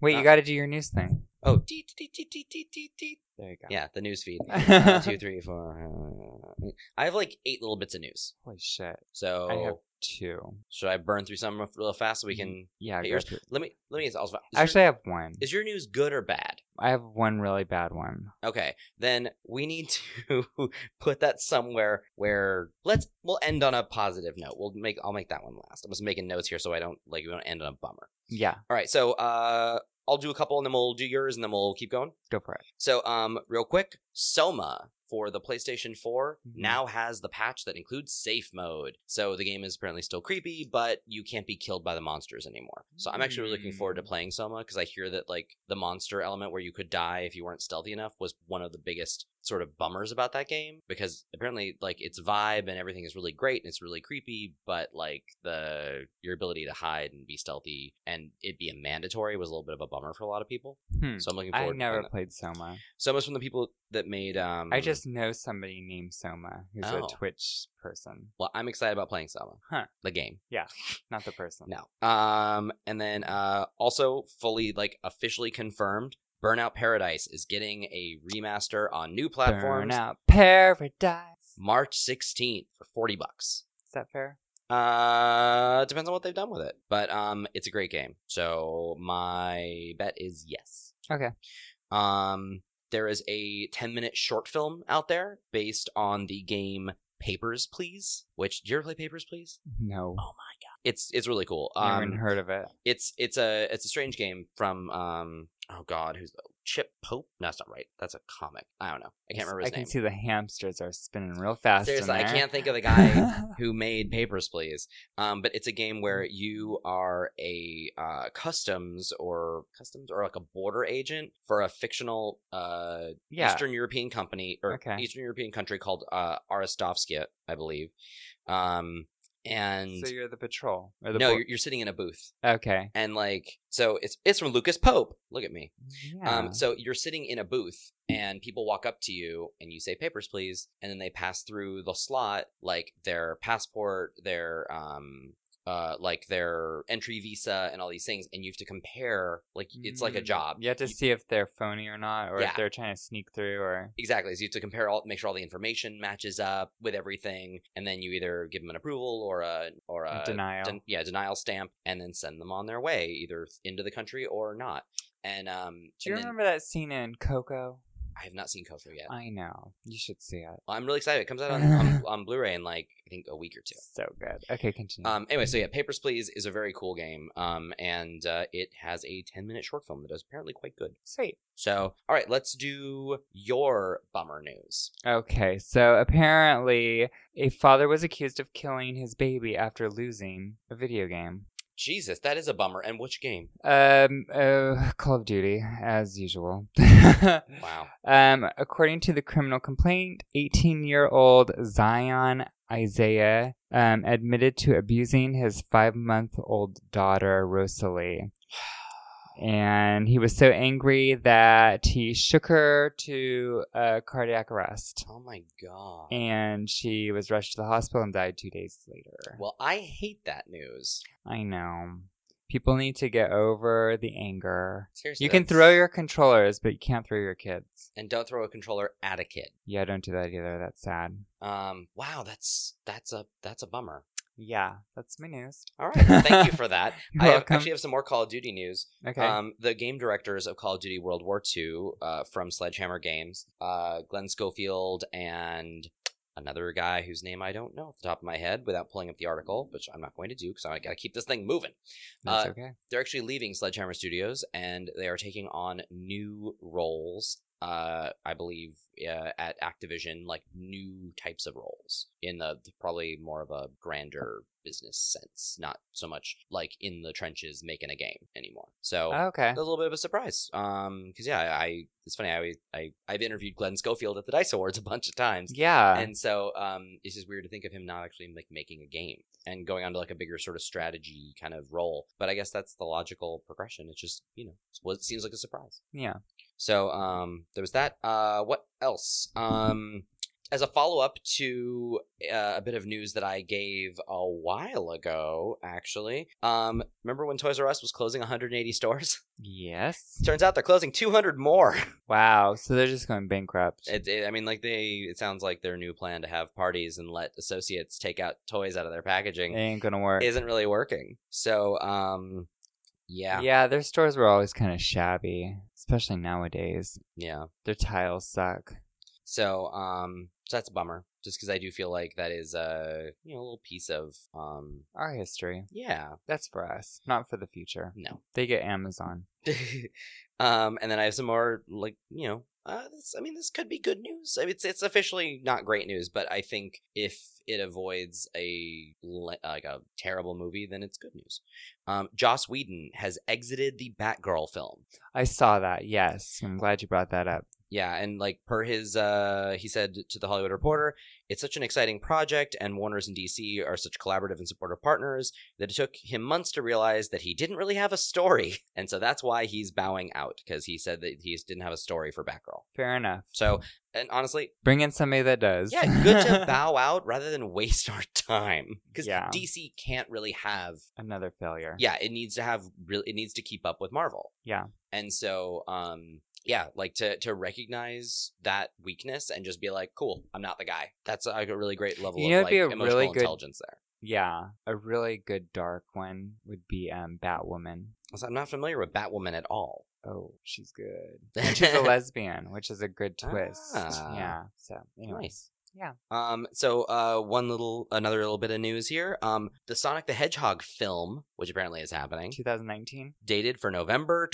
S1: Wait, you
S2: uh,
S1: got to do your news thing.
S2: oh deet, deet, deet, deet, deet, deet, deet.
S1: There you go.
S2: yeah the news feed. One,
S1: Yeah.
S2: two, three, four. uh, I have like eight little bits of news.
S1: Holy shit.
S2: So
S1: I have two.
S2: should I burn through some real fast so we can?
S1: Yeah. go
S2: Hey, yours-
S1: through-
S2: Let me let me ask. Also, is
S1: Actually,
S2: your,
S1: I have one.
S2: is your news good or bad?
S1: I have one really bad one.
S2: Okay, then we need to put that somewhere where let's we'll end on a positive note. We'll make I'll make that one last. I'm just making notes here so I don't like we don't end on a bummer.
S1: Yeah.
S2: All right, so uh I'll do a couple and then we'll do yours and then we'll keep going.
S1: Go for it.
S2: So um real quick, Soma for the PlayStation 4
S1: Mhm.
S2: now has the patch that includes safe mode. So the game is apparently still creepy, but you can't be killed by the monsters anymore. So I'm actually really looking forward to
S1: Mm.
S2: playing Soma because I hear that like the monster element where you could die if you weren't stealthy enough was one of the biggest sort of bummers about that game because apparently like its vibe and everything is really great and it's really creepy, but like the your ability to hide and be stealthy and it being mandatory was a little bit of a bummer for a lot of people.
S1: Hmm.
S2: So I'm looking
S1: I
S2: forward. to playing
S1: never
S2: that.
S1: played Soma.
S2: Soma's from the people that made. Um,
S1: I just know somebody named Soma who's
S2: Oh.
S1: a Twitch person.
S2: well, I'm excited about playing Soma.
S1: Huh.
S2: The game.
S1: Not the person.
S2: No. Um, and then uh, also fully like officially confirmed, Burnout Paradise is getting a remaster on new platforms
S1: Burnout Paradise.
S2: March 16th for 40 bucks.
S1: Is that fair?
S2: Uh, depends on what they've done with it, but um, it's a great game. So my bet is yes.
S1: Okay.
S2: Um, there is a 10 minute short film out there based on the game Papers, Please. Which do you ever play Papers, Please?
S1: No.
S2: It's it's really cool.
S1: Never
S2: Um,
S1: even heard of it.
S2: it's it's a it's a strange game from um oh god who's the Chip Pope? No, that's not right. That's a comic. I don't know. I can't remember his
S1: I can
S2: name.
S1: see the hamsters are spinning real fast. in
S2: Seriously, I
S1: there.
S2: can't think of the guy who made Papers, Please. Um, but it's a
S1: Mm-hmm.
S2: game where you are a uh, customs or customs or like a border agent for a fictional uh,
S1: yeah.
S2: Eastern European company or
S1: Okay.
S2: Eastern European country called uh, Arestovskia, I believe. Um, and
S1: So you're the patrol or the
S2: no,
S1: bo-
S2: you're, you're sitting in a booth,
S1: okay.
S2: and like so, it's it's from Lucas Pope. Look at me.
S1: Yeah.
S2: Um, so you're sitting in a booth and people walk up to you and you say papers please and then they pass through the slot like their passport, their um uh, like their entry visa and all these things, and you have to compare. Like it's like a
S1: Mm.
S2: job.
S1: You have to
S2: You-
S1: see if they're phony or not, or
S2: Yeah.
S1: if they're trying to sneak through, or
S2: Exactly. So you have to compare all, make sure all the information matches up with everything, and then you either give them an approval or a or a
S1: denial.
S2: den- yeah denial stamp, and then send them on their way either into the country or not. And um,
S1: Do you
S2: and then-
S1: remember that scene in Coco?
S2: I have not seen Coco yet.
S1: I know. You should see it.
S2: I'm really excited. It comes out on, on, on Blu-ray in like I think a week or two.
S1: So good. Okay, continue.
S2: Um, anyway, so yeah, Papers Please is a very cool game. Um, and uh, it has a 10-minute short film that is apparently quite good.
S1: Sweet.
S2: So, all right, let's do your bummer news.
S1: Okay, so apparently a father was accused of killing his baby after losing a video game.
S2: Jesus, that is a bummer. And which game?
S1: Um, uh, Call of Duty, as usual.
S2: Wow.
S1: Um, according to the criminal complaint, 18 year old Zion Isaiah um, admitted to abusing his five month old daughter, Rosalie. And he was so angry that he shook her to a cardiac arrest.
S2: Oh my god.
S1: And she was rushed to the hospital and died two days later.
S2: Well, I hate that news.
S1: I know. People need to get over the anger.
S2: Seriously.
S1: You can
S2: that's-
S1: throw your controllers, but you can't throw your kids.
S2: and don't throw a controller at a kid.
S1: Yeah, don't do that either. That's sad.
S2: Um, wow, that's that's a that's a bummer.
S1: Yeah, that's my news.
S2: All right, well, thank you for that.
S1: You're
S2: I have,
S1: welcome.
S2: actually have some more Call of Duty news.
S1: Okay.
S2: Um, the game directors of Call of Duty World War II uh, from Sledgehammer Games, uh, Glenn Schofield and another guy whose name I don't know off the top of my head without pulling up the article, which I'm not going to do because I got to keep this thing moving.
S1: that's
S2: uh,
S1: okay.
S2: They're actually leaving Sledgehammer Studios and they are taking on new roles. Uh, I believe uh, at Activision, like new types of roles in the probably more of a grander business sense, not so much like in the trenches making a game anymore. So
S1: okay.
S2: a little bit of a surprise. Um, because yeah, I, I it's funny. I, always- I I've interviewed Glenn Schofield at the Dice Awards a bunch of times,
S1: Yeah.
S2: and so um, it's just weird to think of him not actually like making a game and going on to like a bigger sort of strategy kind of role. But I guess that's the logical progression. It's just you know it was, seems like a surprise.
S1: yeah.
S2: So um, there was that. Uh, what else? Um, as a follow up to uh, a bit of news that I gave a while ago, actually. Um, remember when Toys R Us was closing 180 stores?
S1: Yes.
S2: Turns out they're closing 200 more.
S1: Wow. So they're just going bankrupt.
S2: It, it- I mean, like they. It sounds like their new plan to have parties and let associates take out toys out of their
S1: It
S2: packaging
S1: ain't gonna work.
S2: isn't really working. So, um, yeah, yeah,
S1: their stores were always kind of shabby, especially nowadays. Their tiles suck.
S2: So, um, so that's a bummer. Just because I do feel like that is a you know a little piece of um,
S1: Our history.
S2: yeah,
S1: That's for us, not for the future.
S2: no.
S1: They get Amazon.
S2: um, and then I have some more like you know. Uh, this, I mean, this could be good news. I mean, it's it's officially not great news, but I think if it avoids a le- like a terrible movie, then it's good news. Um, Joss Whedon has exited the Batgirl film.
S1: I saw that. Yes. I'm glad you brought that up.
S2: Yeah, and like per his, uh, he said to the Hollywood Reporter, "It's such an exciting project, and Warner's and DC are such collaborative and supportive partners that it took him months to realize that he didn't really have a story, and so that's why he's bowing out because he said that he didn't have a story for Batgirl.
S1: Fair enough.
S2: So, and honestly,
S1: Bring in somebody that does.
S2: yeah, good to bow out rather than waste our time because
S1: Yeah.
S2: DC can't really have
S1: Another failure.
S2: yeah it needs to have real it needs to keep up with marvel
S1: Yeah.
S2: and so um yeah like to to recognize that weakness and just be like cool i'm not the guy that's like a really great level
S1: You
S2: of
S1: know,
S2: like
S1: it'd be a
S2: emotional
S1: really good-
S2: intelligence there
S1: Yeah. A really good dark one would be um Batwoman.
S2: 'Cause i'm not familiar with batwoman at all
S1: oh, she's good. And she's a lesbian, which is a good twist.
S2: Ah.
S1: yeah. So, anyway.
S2: nice
S1: Yeah.
S2: um so uh one little another little bit of news here um the sonic the hedgehog film which apparently is happening
S1: 2019.
S2: dated for November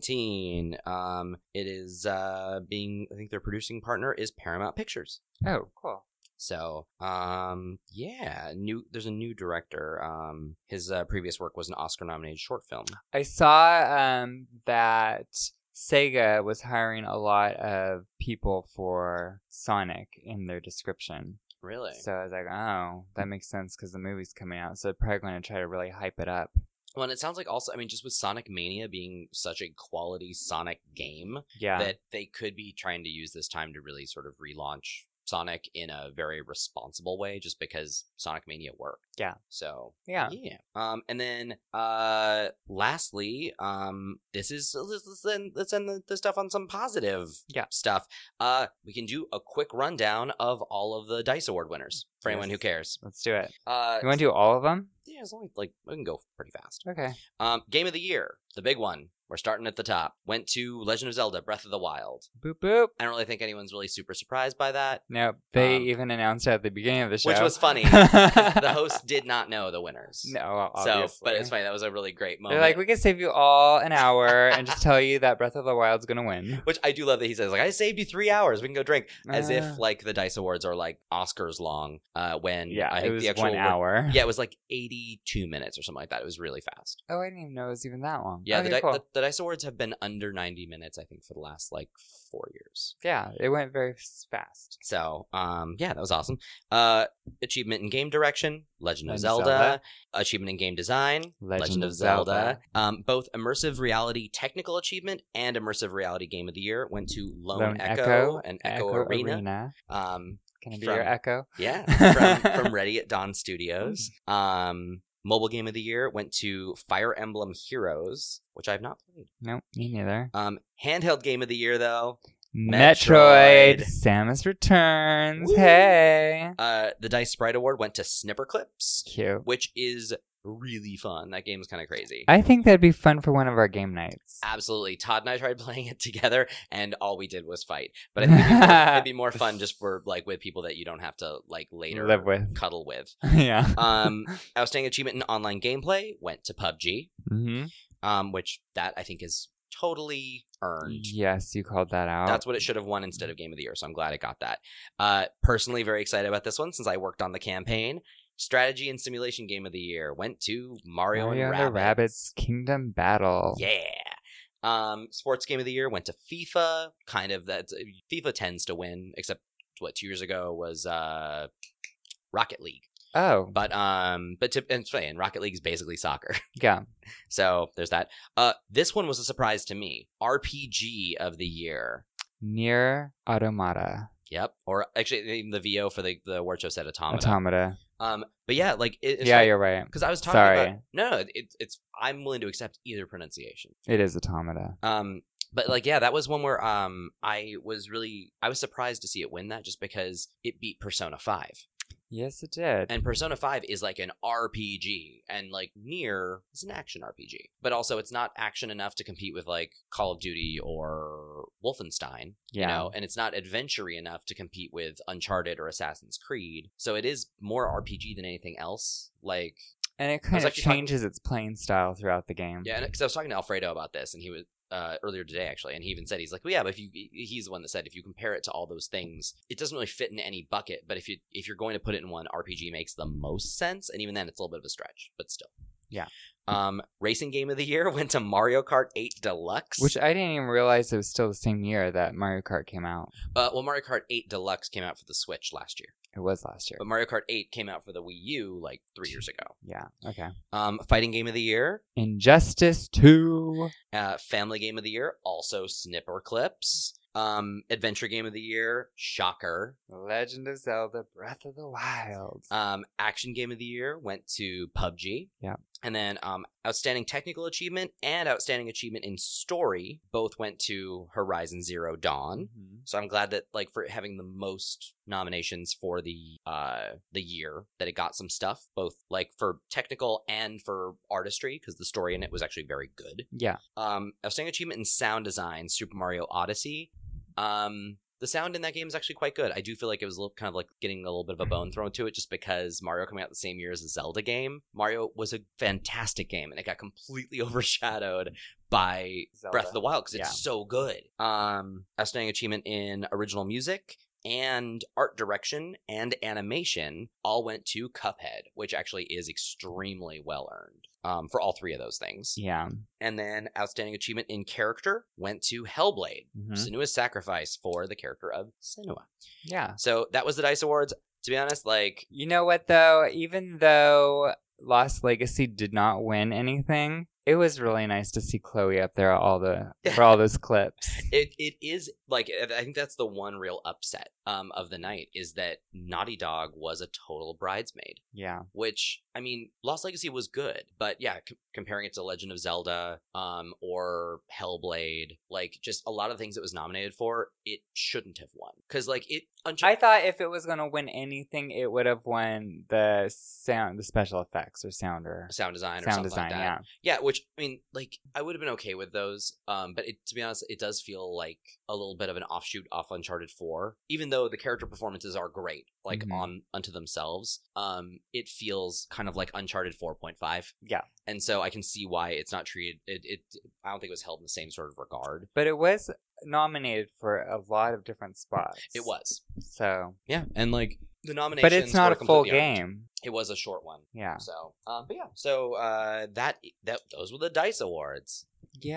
S2: 2019. Um, it is uh, being, I think their producing partner is Paramount Pictures.
S1: Oh, cool.
S2: So, um, yeah, new. There's a new director. Um, his uh, previous work was an Oscar-nominated short film.
S1: I saw um that Sega was hiring a lot of people for Sonic in their description.
S2: Really?
S1: So I was like, oh, that makes sense because the movie's coming out. So they're probably going to try to really hype it up.
S2: well, and it sounds like also, I mean, just with Sonic Mania being such a quality Sonic game,
S1: Yeah.
S2: that they could be trying to use this time to really sort of relaunch Sonic in a very responsible way, just because Sonic Mania worked.
S1: Yeah.
S2: So
S1: Yeah.
S2: yeah. Um, and then uh, lastly, um, this is let's let's end, let's end the, the stuff on some positive
S1: Yeah.
S2: stuff. Uh, we can do a quick rundown of all of the Dice Award winners for anyone who
S1: Yes.
S2: cares.
S1: Let's do it.
S2: Uh,
S1: You want to do all of them?
S2: yeah, as long as like we can go pretty fast.
S1: Okay.
S2: Um, game of the year, the big one. We're starting at the top. Went to Legend of Zelda: Breath of the Wild.
S1: Boop boop.
S2: I don't really think anyone's really super surprised by that,
S1: Nope. They
S2: Um,
S1: even announced it at the beginning of the show,
S2: which was funny. 'Cause the
S1: the
S2: host did not know the winners.
S1: No, well,
S2: So,
S1: obviously.
S2: but it's funny. That was a really great moment.
S1: They're like, we can save you all an hour and just tell you that Breath of the Wild's gonna win.
S2: which I do love that he says, like, I saved you three hours. We can go drink. As
S1: Ah.
S2: if, like, the Dice Awards are, like, Oscars long. Uh, when
S1: yeah,
S2: I
S1: it
S2: think
S1: was
S2: the actual
S1: one hour.
S2: Yeah, it was like 82 minutes or something like that. It was really fast.
S1: Oh, I didn't even know it was even that long.
S2: Yeah,
S1: Okay,
S2: the, Di-
S1: cool.
S2: the, the Dice Awards have been under 90 minutes, I think, for the last, like, four years.
S1: yeah, it went very s- fast.
S2: So, um, yeah, that was awesome. Uh, achievement in game direction, Legend of
S1: Legend
S2: Zelda.
S1: of Zelda.
S2: Achievement in game design,
S1: Legend of Zelda.
S2: Um, both immersive reality technical achievement and immersive reality game of the year went to Lone,
S1: Lone
S2: Echo,
S1: Echo,
S2: and Echo, Arena. Um,
S1: Can I be
S2: From-
S1: your Echo?
S2: yeah, from, from Ready at Dawn Studios. Um, mobile game of the year went to Fire Emblem Heroes, which I've not played.
S1: Nope, me neither.
S2: Um, handheld game of the year though,
S1: Metroid.
S2: Metroid.
S1: Samus Returns.
S2: Woo.
S1: Hey.
S2: uh, the Dice Sprite Award went to Snipper Clips,
S1: Cute.
S2: which is really fun. That game is kind of crazy.
S1: I think that'd be fun for one of our game nights.
S2: Absolutely. Todd and I tried playing it together, and all we did was fight. But I think it'd, be more, it'd be more fun just for like with people that you don't have to like later
S1: Live with.
S2: cuddle with.
S1: yeah.
S2: Um, outstanding achievement in online gameplay went to PUBG,
S1: hmm
S2: um, which that I think is totally earned.
S1: Yes, you called that out.
S2: That's what it should have won instead of Game of the Year. So I'm glad it got that. Uh, personally, very excited about this one since I worked on the campaign. Strategy and simulation game of the year went to Mario,
S1: Mario
S2: and
S1: and the
S2: Rabbit.
S1: Rabbits Kingdom Battle.
S2: Yeah. Um, sports game of the year went to FIFA. Kind of that FIFA tends to win, except what two years ago was uh, Rocket League.
S1: Oh,
S2: But um, but to, and, it's funny, and Rocket League is basically soccer.
S1: yeah.
S2: So there's that. Uh, this one was a surprise to me. RPG of the year.
S1: Near Automata.
S2: Yep. Or actually, even the VO for the the award show said automata.
S1: Automata.
S2: Um, but yeah, like it, it's
S1: Yeah,
S2: like,
S1: you're right.
S2: Because I was talking
S1: Sorry.
S2: about no, no, it, it's I'm willing to accept either pronunciation.
S1: It is Automata.
S2: Um, but like, yeah, that was one where um, I was really I was surprised to see it win that just because it beat Persona Five,
S1: Yes, it did.
S2: and Persona Five is like an RPG, and like Near is an action RPG, but also it's not action enough to compete with like Call of Duty or Wolfenstein,
S1: yeah.
S2: you know, and it's not adventure enough to compete with Uncharted or Assassin's Creed. So it is more RPG than anything else. Like
S1: and it kind of
S2: actually talking-
S1: changes its playing style throughout the game.
S2: Yeah, because I was talking to Alfredo about this, and he was uh, earlier today actually, and he even said he's like, well, yeah, but if you, he's the one that said if you compare it to all those things, it doesn't really fit in any bucket. But if you if you're going to put it in one, RPG makes the most sense, and even then, it's a little bit of a stretch, but still.
S1: Yeah.
S2: Um, racing game of the year went to Mario Kart 8 Deluxe.
S1: Which I didn't even realize it was still the same year that Mario Kart came out.
S2: uh, well, Mario Kart 8 Deluxe came out for the Switch last year,
S1: It was last year.
S2: but Mario Kart 8 came out for the Wii U like three years ago.
S1: Yeah. Okay.
S2: Um, fighting game of the year,
S1: Injustice 2.
S2: Uh, family game of the year, also Snipper Clips. Um, adventure game of the year, Shocker.
S1: Legend of Zelda Breath of the Wild.
S2: Um, action game of the year went to PUBG.
S1: Yeah.
S2: And then um, outstanding technical achievement and outstanding achievement in story both went to Horizon Zero Dawn.
S1: Mhm.
S2: So I'm glad that like for having the most nominations for the uh the year that it got some stuff both like for technical and for artistry because the story in it was actually very good.
S1: Yeah.
S2: um outstanding achievement in sound design super mario odyssey um the sound in that game is actually quite good i do feel like it was a little, kind of like getting a little bit of a bone thrown to it just because mario coming out the same year as the zelda game mario was a fantastic game and it got completely overshadowed by breath of the wild because it's
S1: Yeah.
S2: so good um outstanding achievement in original music and art direction and animation all went to cuphead which actually is extremely well earned um, for all three of those things
S1: Yeah.
S2: and then outstanding achievement in character went to Hellblade,
S1: Mhm.
S2: Senua's sacrifice for the character of Senua.
S1: Yeah.
S2: So that was the Dice Awards. To be honest, like
S1: You know what though? Even though Lost Legacy did not win anything, It was really nice to see Chloe up there all the for all those clips.
S2: It it is like I think that's the one real upset um of the night is that Naughty Dog was a total bridesmaid,
S1: Yeah.
S2: which I mean, Lost Legacy was good, but yeah, c- comparing it to Legend of Zelda um or Hellblade, like just a lot of things it was nominated for, it shouldn't have won cuz like it Unch-
S1: I thought if it was gonna win anything, it would have won the sound, the special effects or sounder,
S2: sound design or
S1: sound
S2: something
S1: design.
S2: like that.
S1: yeah,
S2: Yeah, which I mean, like I would have been okay with those, um, but it, to be honest, it does feel like a little bit of an offshoot off Uncharted Four. Even though the character performances are great, like
S1: Mhm.
S2: on unto themselves, um, it feels kind of like Uncharted Four Point Five.
S1: Yeah.
S2: and so I can see why it's not treated. It, it I don't think it was held in the same sort of regard.
S1: but it was nominated for a lot of different spots.
S2: It was,
S1: so,
S2: yeah, and like the nominations,
S1: but it's not
S2: were
S1: a full
S2: completely earned.
S1: game.
S2: It was a short one.
S1: Yeah,
S2: So, um, but yeah, so uh, that that those were the Dice Awards.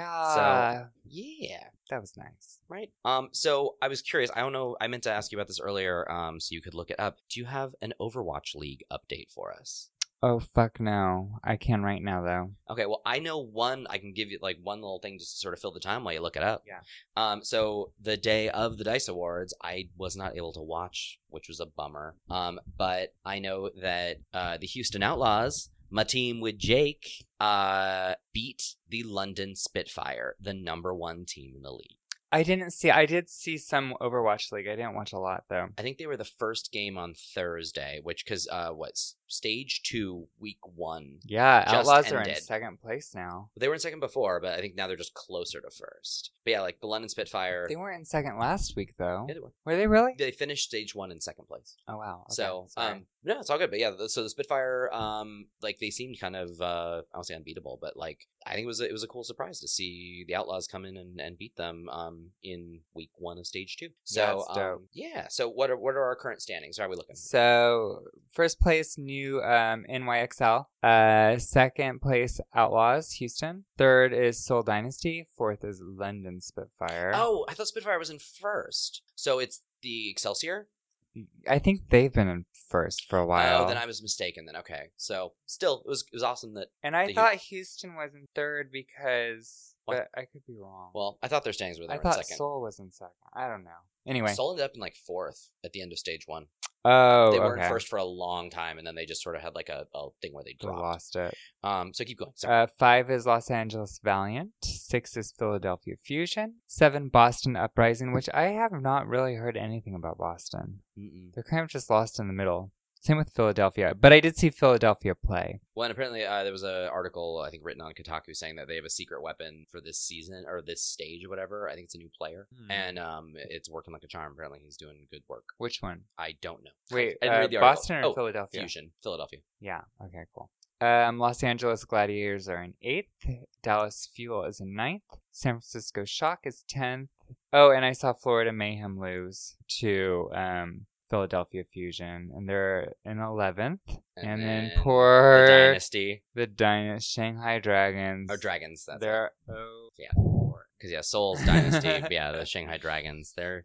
S1: yeah,
S2: Yeah.
S1: that was nice.
S2: Right. Um. So I was curious. I don't know. I meant to ask you about this earlier. Um. So you could look it up. Do you have an Overwatch League update for us?
S1: Oh fuck no, I can right now though.
S2: Okay. Well, I know one. I can give you like one little thing just to sort of fill the time while you look it up.
S1: Yeah.
S2: Um. So the day of the Dice Awards, I was not able to watch, which was a bummer. Um. But I know that uh, the Houston Outlaws, my team with Jake, uh, beat the London Spitfire, the number one team in the league.
S1: I didn't see. I did see some Overwatch League. I didn't watch a lot though.
S2: I think they were the first game on Thursday, which because uh, what s- stage two, week one,
S1: Yeah,
S2: Just
S1: Outlaws are in
S2: ended.
S1: second place now.
S2: they were in second before, but I think now they're just closer to first. But yeah, like the London Spitfire,
S1: They weren't in second last week though.
S2: Yeah, they were.
S1: Were they really?
S2: They finished stage one in second place.
S1: Oh wow. Okay,
S2: so
S1: sorry.
S2: um, no, it's all good. But yeah, th- so the Spitfire, um, like they seemed kind of uh, I don't say unbeatable, but like I think it was a, it was a cool surprise to see the Outlaws come in and, and beat them um in week one of stage two. So
S1: Yeah, that's dope.
S2: um, yeah, so what are what are our current standings? How are we looking?
S1: So first place, new um, NYXL. Uh, second place, Outlaws Houston. Third is Soul Dynasty. Fourth is London Spitfire.
S2: Oh, I thought Spitfire was in first. So it's the Excelsior?
S1: I think they've been in first for a while.
S2: Oh, then I was mistaken then. Okay. So still it was it was awesome that
S1: and I
S2: the-
S1: thought Houston was in third because,
S2: What?
S1: but I could be wrong.
S2: well, I thought their standings were
S1: I
S2: there in
S1: thought
S2: second.
S1: Soul was in second. I don't know. Anyway,
S2: Seoul ended up in like fourth at the end of stage one.
S1: oh,
S2: they were
S1: okay.
S2: in first for a long time, and then they just sort of had like a, a thing where they
S1: We
S2: dropped.
S1: lost it.
S2: Um, so keep going. Sorry.
S1: Uh, five is Los Angeles Valiant. Six is Philadelphia Fusion. Seven, Boston Uprising, which I have not really heard anything about Boston.
S2: Mm-mm.
S1: They're kind of just lost in the middle. Same with Philadelphia, but I did see Philadelphia play.
S2: Well, and apparently uh, there was an article I think written on Kotaku saying that they have a secret weapon for this season or this stage or whatever. I think it's a new player,
S1: Hmm.
S2: and um, it's working like a charm. Apparently, he's doing good work.
S1: Which one?
S2: I don't know.
S1: Wait,
S2: I didn't
S1: uh,
S2: read the article.
S1: Boston or
S2: Oh,
S1: Philadelphia?
S2: Fusion, Philadelphia.
S1: Yeah. Okay. Cool. Um, Los Angeles Gladiators are in eighth. Dallas Fuel is in ninth. San Francisco Shock is tenth. Oh, and I saw Florida Mayhem lose to um, Philadelphia Fusion, and they're in eleventh. And, then,
S2: the
S1: poor the,
S2: dynasty
S1: Dyna- Shanghai Dragons.
S2: or dragons. That's it.
S1: They're oh
S2: yeah, because yeah, Seoul's dynasty. yeah, the Shanghai Dragons. They're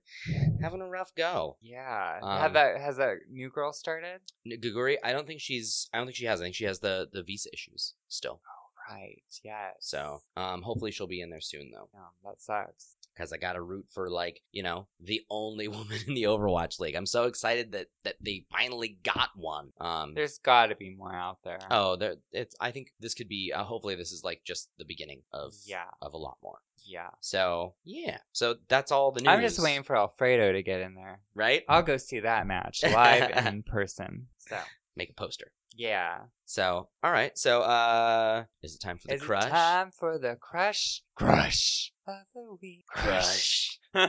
S2: having a rough go.
S1: yeah.
S2: Um,
S1: Have that has that new girl started?
S2: N- Guguri, I don't think she's. I don't think she has. I think she has the the visa issues still.
S1: Right. Yes.
S2: So, um, hopefully she'll be in there soon though,
S1: Yeah, that sucks.
S2: because I got to root for like you know the only woman in the Overwatch League. I'm so excited that that they finally got one. Um,
S1: There's got to be more out there.
S2: oh, there. It's. I think this could be. Uh, hopefully, this is like just the beginning of
S1: Yeah.
S2: of a lot more.
S1: yeah.
S2: So yeah, so that's all the news.
S1: I'm just waiting for Alfredo to get in there.
S2: right?
S1: I'll go see that match live and in person. So
S2: Make a poster.
S1: yeah,
S2: So all right, so uh, is it time for the
S1: Is it
S2: crush?
S1: time for the crush. Crush of the week.
S2: Crush.
S1: uh,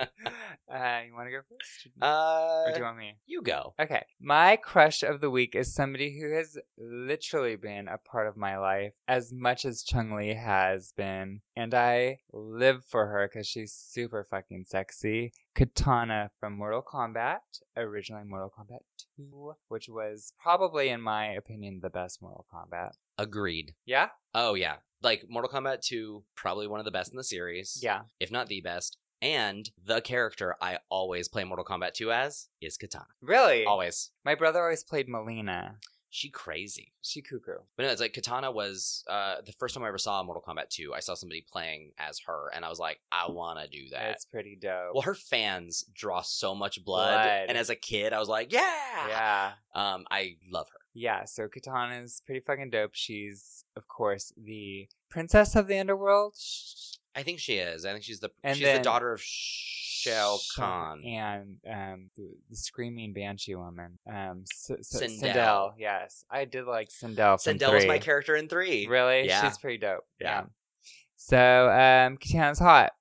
S1: you want to go first,
S2: Uh,
S1: or do you want me?
S2: you go.
S1: Okay, my crush of the week is somebody who has literally been a part of my life as much as Chung Lee has been, and I live for her because she's super fucking sexy. Katana from Mortal Kombat, originally Mortal Kombat 2, which was probably, in my opinion, the best Mortal Kombat.
S2: Agreed.
S1: Yeah?
S2: Oh yeah, like Mortal Kombat 2, probably one of the best in the series.
S1: Yeah.
S2: if not the best. And the character I always play Mortal Kombat 2 as is Katana.
S1: Really?
S2: Always.
S1: My brother always played Melina.
S2: She crazy.
S1: She cuckoo.
S2: But no, it's like Katana was uh, the first time I ever saw Mortal Kombat 2. I saw somebody playing as her, and I was like, I want to do that.
S1: That's pretty dope.
S2: well, her fans draw so much blood,
S1: Blood.
S2: and as a kid, I was like, yeah.
S1: yeah.
S2: Um, I love her.
S1: Yeah, so Katana's pretty fucking dope. She's, of course, the princess of the underworld. Sh-
S2: I think she is. I think she's the
S1: And
S2: she's
S1: then-
S2: the daughter of Shao Kahn.
S1: and um, the, the screaming banshee woman, um, S- S-
S2: Sindel.
S1: Sindel. Yes, I did like Sindel. From
S2: Sindel was my
S1: three.
S2: character in three.
S1: Really?
S2: Yeah.
S1: She's pretty dope. Yeah.
S2: Yeah.
S1: So um, Katana's hot,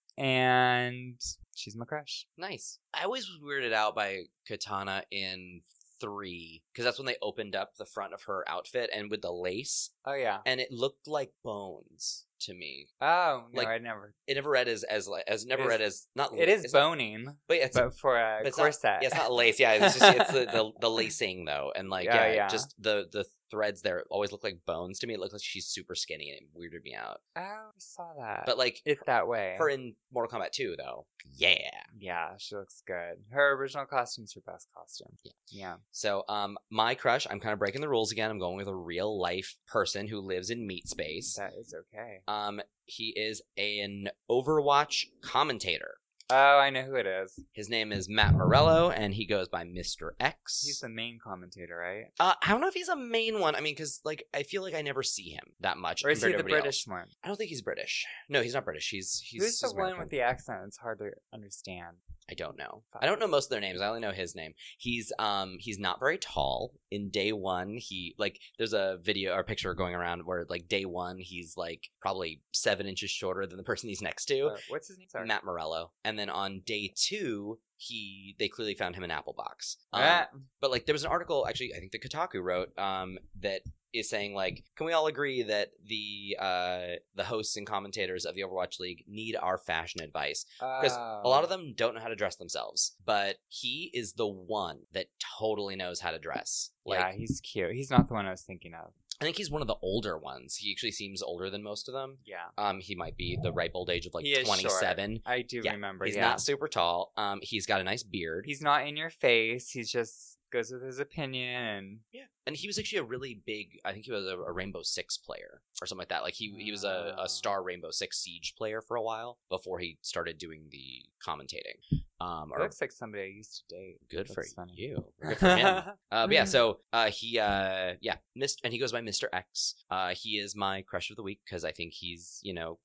S1: and she's my crush.
S2: Nice. I always was weirded out by Katana in three because that's when they opened up the front of her outfit and with the lace,
S1: Oh yeah.
S2: and it looked like bones to me.
S1: Oh no,
S2: Like,
S1: I never.
S2: It never read as as li- as never
S1: It is-
S2: read as not.
S1: It is
S2: it's not-
S1: boning,
S2: but it's
S1: but for a
S2: but it's not-
S1: corset.
S2: yeah, it's not lace. Yeah, it's just it's the, the the lacing though, and like
S1: Yeah,
S2: yeah,
S1: yeah.
S2: just the the threads there always look like bones to me. It looked like she's super skinny, and it weirded me out.
S1: oh, I saw that.
S2: But like
S1: it that way.
S2: her in Mortal Kombat 2, though, yeah.
S1: yeah, she looks good. Her original costume's her best costume.
S2: Yeah.
S1: Yeah.
S2: So, um, my crush, I'm kind of breaking the rules again. I'm going with a real life person who lives in meat space.
S1: That is okay.
S2: Um, he is an Overwatch commentator.
S1: Oh, I know who it is.
S2: His name is Matt Morello, and he goes by Mr. X.
S1: He's the main commentator, right?
S2: uh, I don't know if he's a main one. I mean, because like I feel like I never see him that much.
S1: Or is he
S2: compared to
S1: the
S2: everybody
S1: British
S2: else.
S1: one?
S2: I don't think he's British. No, he's not British. He's he's,
S1: Who's the
S2: he's
S1: one
S2: American.
S1: with the accent? It's hard to understand.
S2: I don't know. I don't know most of their names. I only know his name. He's um he's not very tall. In day one, he like there's a video or picture going around where like day one he's like probably seven inches shorter than the person he's next to,
S1: Uh, what's his name? Sorry.
S2: Matt Morello. And then on day two, he they clearly found him an apple box. Um,
S1: Ah,
S2: But like there was an article actually I think that Kotaku wrote um that is saying like can we all agree that the uh the hosts and commentators of the Overwatch League need our fashion advice? because a lot of them don't know how to dress themselves, but he is the one that totally knows how to dress. Like,
S1: yeah, he's cute. He's not the one I was thinking of.
S2: I think he's one of the older ones. He actually seems older than most of them.
S1: Yeah,
S2: Um, he might be the ripe old age of like
S1: He is short.
S2: 27.
S1: I do
S2: Yeah,
S1: remember.
S2: He's
S1: yeah,
S2: not super tall. Um, he's got a nice beard.
S1: he's not in your face. He's just goes with his opinion. And
S2: yeah, and he was actually a really big. I think he was a, a Rainbow Six player or something like that. Like he he was a,
S1: Wow.
S2: a star Rainbow Six Siege player for a while before he started doing the commentating. Um, or
S1: looks like somebody I used to date.
S2: good for
S1: That's funny. Hmm.
S2: you. Good for him. Uh, but yeah, so uh, he, uh, yeah, Mist, and he goes by Mr. X. Uh, he is my crush of the week because I think he's, you know,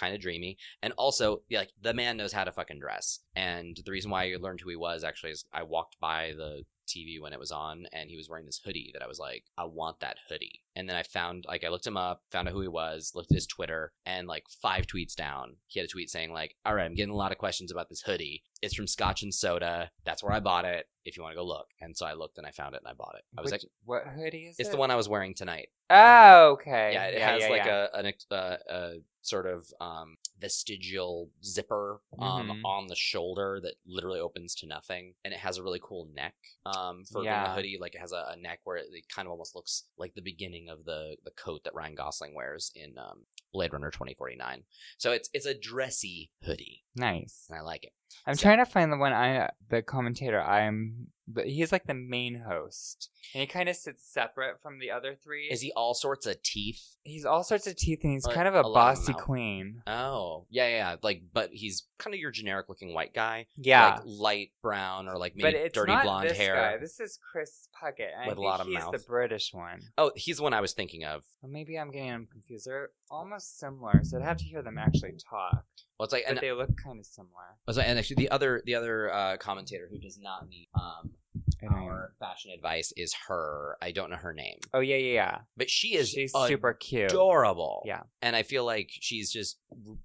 S2: kind of dreamy, and also yeah, like the man knows how to fucking dress. And the reason why I learned who he was actually is I walked by the TV when it was on, and he was wearing this hoodie that I was like, I want that hoodie. And then I found, like, I looked him up, found out who he was, looked at his Twitter, and like five tweets down, he had a tweet saying like, All right, I'm getting a lot of questions about this hoodie. It's from Scotch and Soda. That's where I bought it. If you want to go look. And so I looked and I found it and I bought it. I was
S1: Which-
S2: like,
S1: what hoodie is it?
S2: It's the one I was wearing tonight
S1: Oh, okay.
S2: yeah, it has like a an ex- uh, a sort of um, vestigial zipper um,
S1: Mhm.
S2: on the shoulder that literally opens to nothing, and it has a really cool neck um, for being
S1: Yeah.
S2: a hoodie. Like it has a, a neck where it, it kind of almost looks like the beginning of the the coat that Ryan Gosling wears in um, Blade Runner twenty forty nine. So it's it's a dressy hoodie,
S1: nice.
S2: and I like it.
S1: I'm
S2: So-
S1: trying to find the one I the commentator I'm but he's like the main host. And he kind of sits separate from the other three.
S2: Is he all sorts of teeth?
S1: He's all sorts of teeth and he's
S2: Like,
S1: kind of a,
S2: a lot of
S1: bossy
S2: mouth.
S1: queen.
S2: Oh, yeah, yeah, yeah. Like, but he's kind of your generic looking white guy.
S1: Yeah.
S2: Like light brown or like
S1: but
S2: maybe
S1: it's
S2: dirty
S1: not
S2: blonde
S1: this
S2: hair.
S1: guy. This is Chris Puckett. and I
S2: With a
S1: think
S2: lot of
S1: he's the
S2: mouth.
S1: British one.
S2: Oh, he's the one I was thinking of.
S1: Or maybe I'm getting them confused. They're almost similar, so I'd have to hear them actually talk.
S2: Well, it's like
S1: But
S2: and,
S1: they look kind of similar.
S2: oh, sorry, and actually the other the other uh, commentator who does not need um
S1: I don't know.
S2: our fashion advice is her. I don't know her name,
S1: Oh yeah, yeah, yeah.
S2: but she is
S1: She's super cute.
S2: adorable.
S1: Yeah.
S2: and I feel like she's just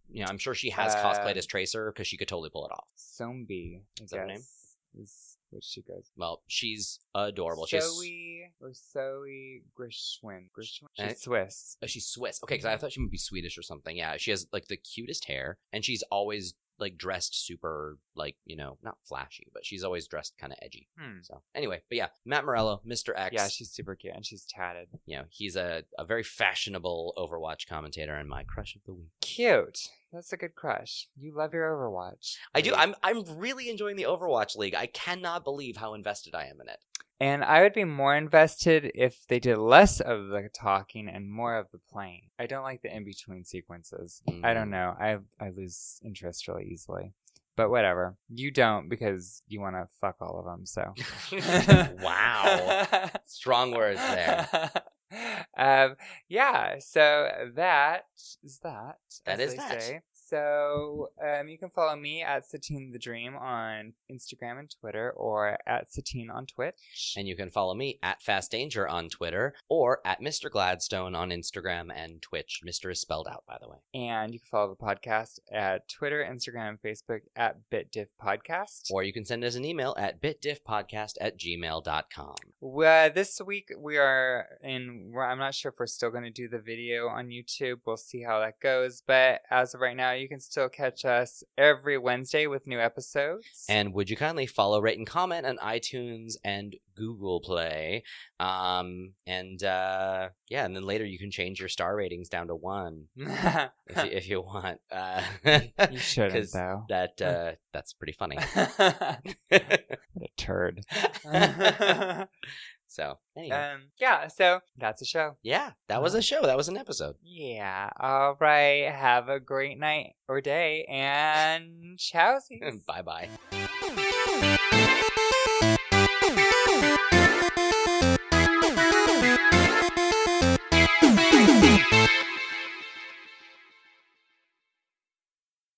S2: you know I'm sure she has
S1: Uh,
S2: cosplayed as Tracer because she could totally pull it off.
S1: Zombie, I
S2: Is that her name?
S1: guess, is what she goes.
S2: Well, she's adorable. She's
S1: Zoe or Zoe Grishwin. Grishwin. She's
S2: Eh?
S1: Swiss.
S2: oh, she's Swiss. Okay, because I thought she might be Swedish or something. Yeah, she has like the cutest hair, and she's always like dressed super like you know not flashy, but she's always dressed kind of edgy.
S1: Hmm.
S2: So anyway, but yeah, Matt Morello, Mr. X.
S1: Yeah, she's super cute and she's tatted.
S2: you know, he's a, a very fashionable Overwatch commentator and my crush of the week.
S1: Cute. That's a good crush. You love your Overwatch.
S2: I do.
S1: Right?
S2: I'm I'm really enjoying the Overwatch League. I cannot believe how invested I am in it.
S1: And I would be more invested if they did less of the talking and more of the playing. I don't like the in between sequences. I
S2: Mm.
S1: don't know. I I lose interest really easily. But whatever. You don't because you want to fuck all of them. So.
S2: wow. Strong words there.
S1: um, yeah, so that is that.
S2: That
S1: as
S2: is
S1: they
S2: that.
S1: So um, you can follow me at Satine the Dream on Instagram and Twitter, or at Satine on Twitch.
S2: And you can follow me at Fast Danger on Twitter or at Mr. Gladstone on Instagram and Twitch. Mr. is spelled out, by the way.
S1: And you can follow the podcast at Twitter, Instagram, and Facebook at BitDiff Podcast.
S2: Or you can send us an email at bitdiffpodcast at gmail.com.
S1: Well, this week we are in. we're- I'm not sure if we're still going to do the video on YouTube. We'll see how that goes. But as of right now, you can still catch us every Wednesday with new episodes.
S2: And would you kindly follow, rate, and comment on iTunes and Google Play? Um, and uh, yeah, and then later you can change your star ratings down to one if you, if you want. Uh,
S1: you shouldn't
S2: 'cause
S1: though.
S2: That uh, that's pretty funny.
S1: what a turd. um,
S2: so anyway,
S1: yeah. Uh, So that's a show.
S2: yeah, that was a show. That was an episode.
S1: Yeah. All right. Have a great night or day, and chowsies.
S2: bye bye.
S3: Thank you.